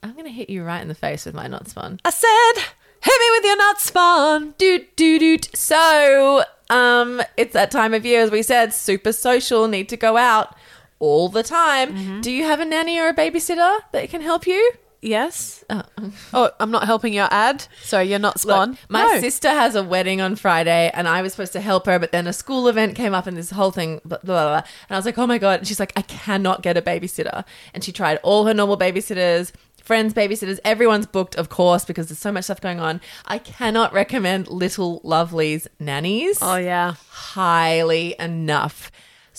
Speaker 2: I'm going to hit you right in the face with my not spawn.
Speaker 3: I said, hit me with your not spawn.
Speaker 2: Doot, doot, doot. So, um, it's that time of year, as we said, super social, need to go out all the time.
Speaker 3: Mm-hmm.
Speaker 2: Do you have a nanny or a babysitter that can help you?
Speaker 3: Yes. Oh, I'm not helping your ad. Sorry, you're not spawn.
Speaker 2: Look, my
Speaker 3: No.
Speaker 2: sister has a wedding on Friday, and I was supposed to help her, but then a school event came up, and this whole thing, blah blah blah. blah. And I was like, "Oh my god!" And she's like, "I cannot get a babysitter," and she tried all her normal babysitters. Friends, babysitters, everyone's booked, of course, because there's so much stuff going on. I cannot recommend Little Lovely's nannies
Speaker 3: Oh yeah.
Speaker 2: highly enough.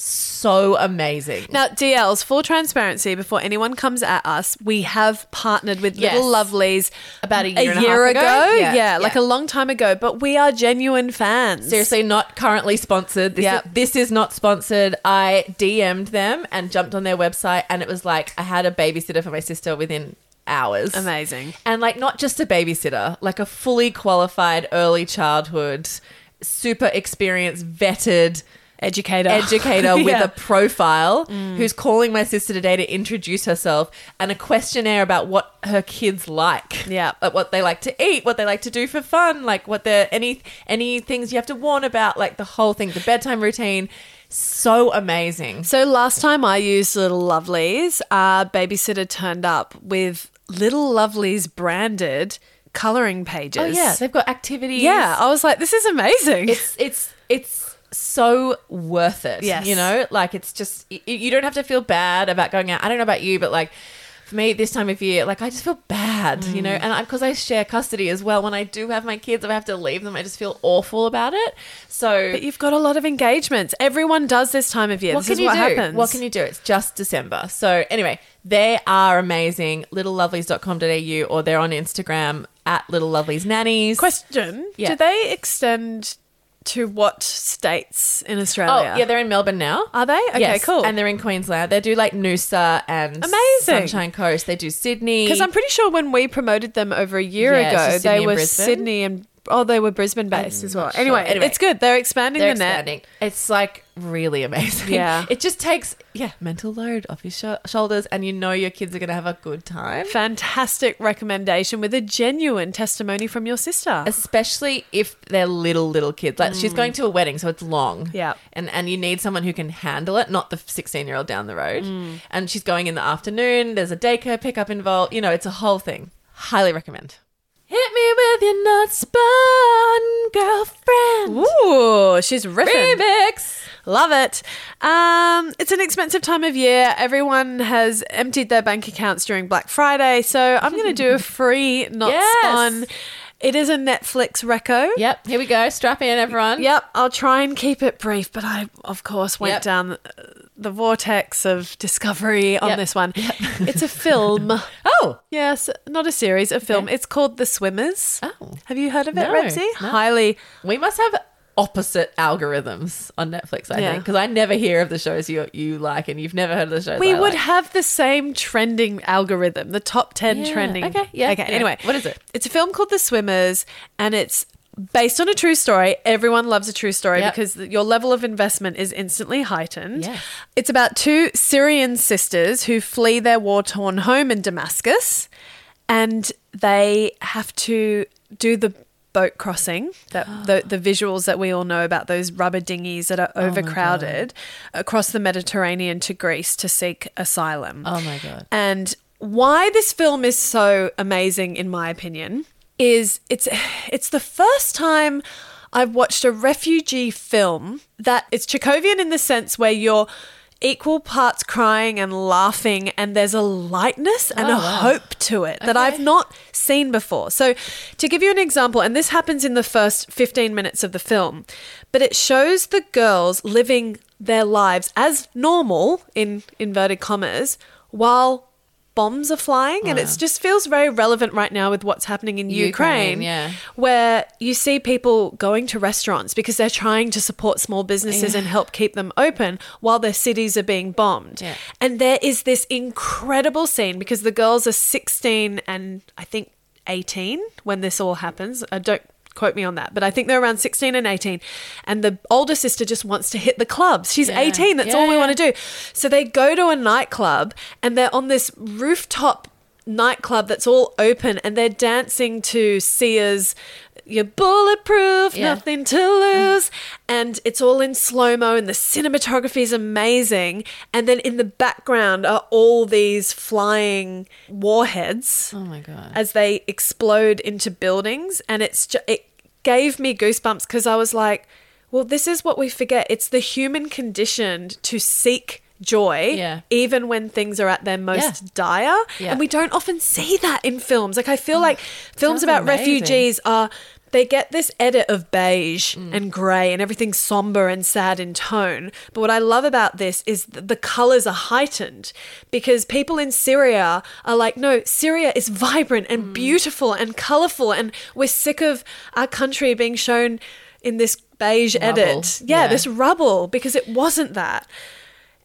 Speaker 2: So amazing.
Speaker 3: Now, DLs, full transparency before anyone comes at us, we have partnered with
Speaker 2: Yes.
Speaker 3: Little Lovelies
Speaker 2: About a year and a half
Speaker 3: ago.
Speaker 2: ago?
Speaker 3: Yeah,
Speaker 2: Yeah.
Speaker 3: like
Speaker 2: Yeah.
Speaker 3: a long time ago, but we are genuine fans.
Speaker 2: Seriously, not currently sponsored. This,
Speaker 3: Yep.
Speaker 2: is, this is not sponsored. I DM'd them and jumped on their website, and it was like I had a babysitter for my sister within hours.
Speaker 3: Amazing.
Speaker 2: And like, not just a babysitter, like a fully qualified early childhood, super experienced, vetted
Speaker 3: Educator.
Speaker 2: educator with
Speaker 3: Yeah.
Speaker 2: a profile who's calling my sister today to introduce herself and a questionnaire about what her kids like.
Speaker 3: Yeah.
Speaker 2: Like what they like to eat, what they like to do for fun, like what the any any things you have to warn about, like the whole thing, the bedtime routine. So amazing.
Speaker 3: So last time I used Little Lovelies, our babysitter turned up with Little Lovelies branded coloring pages.
Speaker 2: Oh yeah, they've got activities.
Speaker 3: Yeah, I was like, this is amazing.
Speaker 2: it's it's it's so worth it.
Speaker 3: Yes.
Speaker 2: You know, like it's just you, you don't have to feel bad about going out. I don't know about you, but like for me this time of year, like I just feel bad, you
Speaker 3: Mm.
Speaker 2: know, and because I share custody as well. When I do have my kids, if I have to leave them, I just feel awful about it. So.
Speaker 3: but you've got a lot of engagements. Everyone does this time of year.
Speaker 2: what
Speaker 3: this
Speaker 2: can
Speaker 3: is
Speaker 2: you
Speaker 3: what
Speaker 2: do?
Speaker 3: happens.
Speaker 2: What can you do? It's just December. So anyway, they are amazing. Littlelovelies.com.au or they're on Instagram at littleloveliesnannies.
Speaker 3: Question:
Speaker 2: Yeah.
Speaker 3: Do they extend to what states in
Speaker 2: Oh,
Speaker 3: Australia?
Speaker 2: yeah, they're in Melbourne now.
Speaker 3: Are they? Okay,
Speaker 2: Yes,
Speaker 3: cool.
Speaker 2: And they're in Queensland. They do like Noosa and
Speaker 3: Amazing.
Speaker 2: Sunshine Coast. They do Sydney.
Speaker 3: because I'm pretty sure when we promoted them over a year
Speaker 2: Yeah, it's
Speaker 3: ago,
Speaker 2: just Sydney
Speaker 3: they
Speaker 2: and
Speaker 3: were
Speaker 2: Brisbane.
Speaker 3: Sydney and oh, they were Brisbane based as well.
Speaker 2: not sure.
Speaker 3: Anyway,
Speaker 2: Anyway,
Speaker 3: it's good. They're expanding
Speaker 2: they're
Speaker 3: the net.
Speaker 2: expanding. It's like really amazing.
Speaker 3: Yeah.
Speaker 2: It just takes yeah mental load off your sho shoulders, and you know your kids are going to have a good time.
Speaker 3: Fantastic recommendation with a genuine testimony from your sister.
Speaker 2: Especially if they're little little kids. Like she's going to a wedding, so it's long.
Speaker 3: Mm. Yeah.
Speaker 2: and and you need someone who can handle it, not the sixteen year old down the road.
Speaker 3: Mm.
Speaker 2: And she's going in the afternoon. There's a daycare pickup involved. You know, it's a whole thing. Highly recommend. Hit me with your not spun girlfriend.
Speaker 3: Ooh, she's riffing.
Speaker 2: Remix.
Speaker 3: Love it. Um, it's an expensive time of year. Everyone has emptied their bank accounts during Black Friday, so I'm going to do a free not
Speaker 2: Yes.
Speaker 3: spun. It is a Netflix reco.
Speaker 2: Yep, here we go. Strap in, everyone.
Speaker 3: Yep, I'll try and keep it brief, but I, of course, went
Speaker 2: Yep.
Speaker 3: down uh, the vortex of discovery on
Speaker 2: Yep.
Speaker 3: this one. It's a film.
Speaker 2: Oh,
Speaker 3: yes, not a series, a film. It's called The Swimmers.
Speaker 2: Oh.
Speaker 3: Have you heard of it,
Speaker 2: No,
Speaker 3: Ramsey?
Speaker 2: no.
Speaker 3: Highly.
Speaker 2: we must have opposite algorithms on Netflix, I
Speaker 3: Yeah.
Speaker 2: think, because I never hear of the shows you you like, and you've never heard of the shows.
Speaker 3: We
Speaker 2: I
Speaker 3: would
Speaker 2: like.
Speaker 3: have the same trending algorithm, the top 10
Speaker 2: Yeah.
Speaker 3: trending.
Speaker 2: Okay, yeah,
Speaker 3: Okay,
Speaker 2: yeah.
Speaker 3: anyway.
Speaker 2: What is it?
Speaker 3: It's a film called The Swimmers, and it's based on a true story. Everyone loves a true story
Speaker 2: Yep.
Speaker 3: because your level of investment is instantly heightened.
Speaker 2: Yes.
Speaker 3: It's about two Syrian sisters who flee their war torn home in Damascus, and they have to do the boat crossing that the, the visuals that we all know about those rubber dinghies that are overcrowded across the mediterranean to greece to seek asylum
Speaker 2: Oh my God.
Speaker 3: Um, and why this film is so amazing, in my opinion, is it's it's the first time I've watched a refugee film that it's Chekhovian in the sense where you're equal parts crying and laughing and there's a lightness
Speaker 2: Oh,
Speaker 3: and a hope to it that I've not seen before. So to give you an example and this happens in the first 15 minutes of the film, but it shows the girls living their lives as normal in inverted commas while bombs are flying, and
Speaker 2: Ah.
Speaker 3: it just feels very relevant right now with what's happening in
Speaker 2: Ukraine,
Speaker 3: Ukraine,
Speaker 2: yeah.
Speaker 3: where you see people going to restaurants because they're trying to support small businesses and help keep them open while their cities are being bombed.
Speaker 2: Yeah.
Speaker 3: And there is this incredible scene because the girls are 16 and I think 18 when this all happens. I don't quote me on that, but I think they're around 16 and 18. And the older sister just wants to hit the clubs. She's
Speaker 2: Yeah.
Speaker 3: 18. That's
Speaker 2: Yeah,
Speaker 3: all we
Speaker 2: yeah.
Speaker 3: want to do. So they go to a nightclub and they're on this rooftop nightclub that's all open and they're dancing to Sia's you're bulletproof,
Speaker 2: Yeah.
Speaker 3: nothing to lose. And it's all in slow mo, and the cinematography is amazing. And then in the background are all these flying warheads
Speaker 2: Oh my god.
Speaker 3: as they explode into buildings and it's ju- it gave me goosebumps because i was like well this is what we forget it's the human conditioned to seek joy
Speaker 2: Yeah.
Speaker 3: even when things are at their most
Speaker 2: Yeah.
Speaker 3: dire
Speaker 2: Yeah. Mm.
Speaker 3: and we don't often see that in films like i feel like films
Speaker 2: sounds
Speaker 3: about
Speaker 2: amazing.
Speaker 3: refugees are they get this edit of beige
Speaker 2: Mm.
Speaker 3: and grey and everything's somber and sad in tone. But what I love about this is that the colours are heightened because people in Syria are like, no, Syria is vibrant and
Speaker 2: Mm.
Speaker 3: beautiful and colourful. And we're sick of our country being shown in this beige
Speaker 2: Rubble.
Speaker 3: edit. Yeah,
Speaker 2: Yeah.
Speaker 3: this rubble because it wasn't that.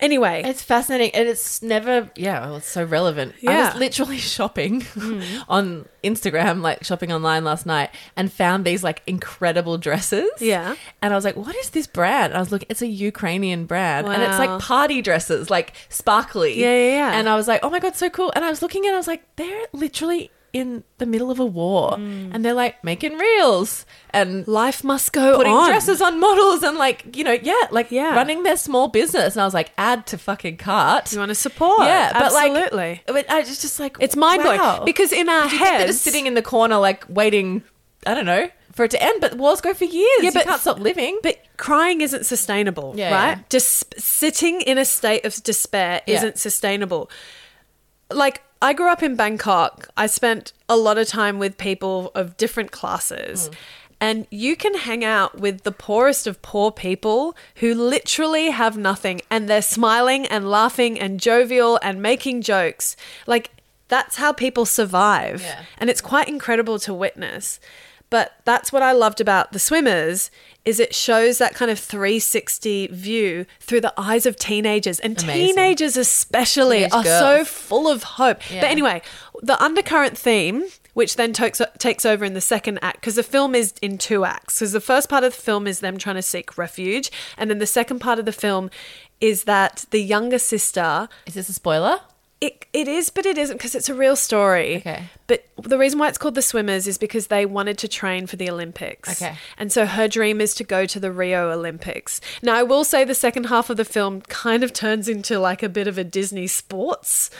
Speaker 3: Anyway,
Speaker 2: It's fascinating, and it's never yeah. Well, it's so relevant. I
Speaker 3: Yeah. Mm.
Speaker 2: was literally shopping on Instagram, like shopping online last night, and found these like incredible dresses.
Speaker 3: Yeah.
Speaker 2: and I was like, "What is this brand?" And I was looking; it's a Ukrainian brand, and it's
Speaker 3: Wow.
Speaker 2: like party dresses, like sparkly.
Speaker 3: Yeah, yeah, yeah.
Speaker 2: And I was like, "Oh my god, so cool!" And I was looking, and I was like, "They're literally." In the middle of a war, and they're like making reels and
Speaker 3: Mm. life must go
Speaker 2: putting
Speaker 3: on.
Speaker 2: dresses on models and like you know yeah like
Speaker 3: Yeah.
Speaker 2: running their small business and i was like add to fucking cart
Speaker 3: you want to support.
Speaker 2: yeah but
Speaker 3: absolutely.
Speaker 2: like but i just just like
Speaker 3: it's mind blowing
Speaker 2: wow.
Speaker 3: because in our
Speaker 2: you think
Speaker 3: heads,
Speaker 2: they're just sitting in the corner like waiting i don't know for it to end but wars go for years
Speaker 3: Yeah,
Speaker 2: yeah,
Speaker 3: but-
Speaker 2: but, you can't stop living
Speaker 3: But crying isn't sustainable,
Speaker 2: Yeah,
Speaker 3: right?
Speaker 2: yeah.
Speaker 3: Just sitting in a state of despair
Speaker 2: Yeah.
Speaker 3: isn't sustainable. Like I grew up in Bangkok. I spent a lot of time with people of different
Speaker 2: Hmm.
Speaker 3: classes. And you can hang out with the poorest of poor people who literally have nothing and they're smiling and laughing and jovial and making jokes. Like that's how people survive.
Speaker 2: Yeah.
Speaker 3: And it's quite incredible to witness. But that's what I loved about The Swimmers is it shows that kind of 360 view through the eyes of teenagers and
Speaker 2: Amazing.
Speaker 3: teenagers especially
Speaker 2: Teenage
Speaker 3: are so
Speaker 2: girls.
Speaker 3: full of hope. But
Speaker 2: Yeah.
Speaker 3: anyway, the undercurrent theme which then takes takes over in the second act because the film is in two acts because the first part of the film is them trying to seek refuge and then the second part of the film is that the younger sister
Speaker 2: is this a spoiler
Speaker 3: it, it is, but it isn't because it's a real story.
Speaker 2: Okay.
Speaker 3: But the reason why it's called The Swimmers is because they wanted to train for the Olympics.
Speaker 2: Okay.
Speaker 3: And so her dream is to go to the Rio Olympics. Now, I will say the second half of the film kind of turns into like a bit of a Disney sports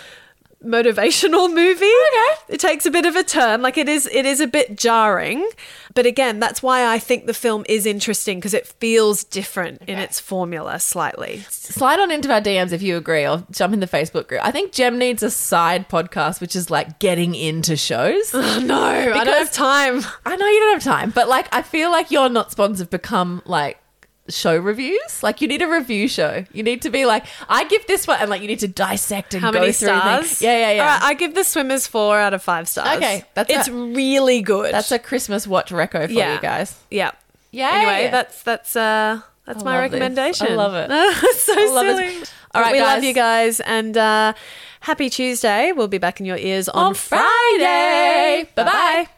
Speaker 3: motivational movie. Oh, Okay. It takes a bit of a turn. Like it is it is a bit jarring. But again, that's why I think the film is interesting because it feels different in its formula slightly.
Speaker 2: slide on into our DMs if you agree, or jump in the Facebook group. I think Gem needs a side podcast, which is like getting into shows.
Speaker 3: Oh no, I don't
Speaker 2: Because-
Speaker 3: have time.
Speaker 2: I know you don't have time, but like I feel like your not spons have become like show reviews. Like you need a review show. You need to be like, I give this one, and like you need to dissect and
Speaker 3: How
Speaker 2: go
Speaker 3: many
Speaker 2: through things.
Speaker 3: stars?
Speaker 2: Yeah, yeah, yeah.
Speaker 3: All right, I give the swimmers four out of five stars.
Speaker 2: Okay, that's
Speaker 3: it's
Speaker 2: a-
Speaker 3: really good.
Speaker 2: That's a Christmas watch reco for you guys.
Speaker 3: Yeah.
Speaker 2: Yay.
Speaker 3: Anyway, that's that's uh that's
Speaker 2: I
Speaker 3: my
Speaker 2: love this.
Speaker 3: recommendation.
Speaker 2: I love it.
Speaker 3: It's so
Speaker 2: I love it.
Speaker 3: silly.
Speaker 2: All right,
Speaker 3: we love
Speaker 2: guys.
Speaker 3: you guys, and uh, happy Tuesday. We'll be back in your ears on,
Speaker 2: On Friday.
Speaker 3: Bye
Speaker 2: Bye-bye.
Speaker 3: bye.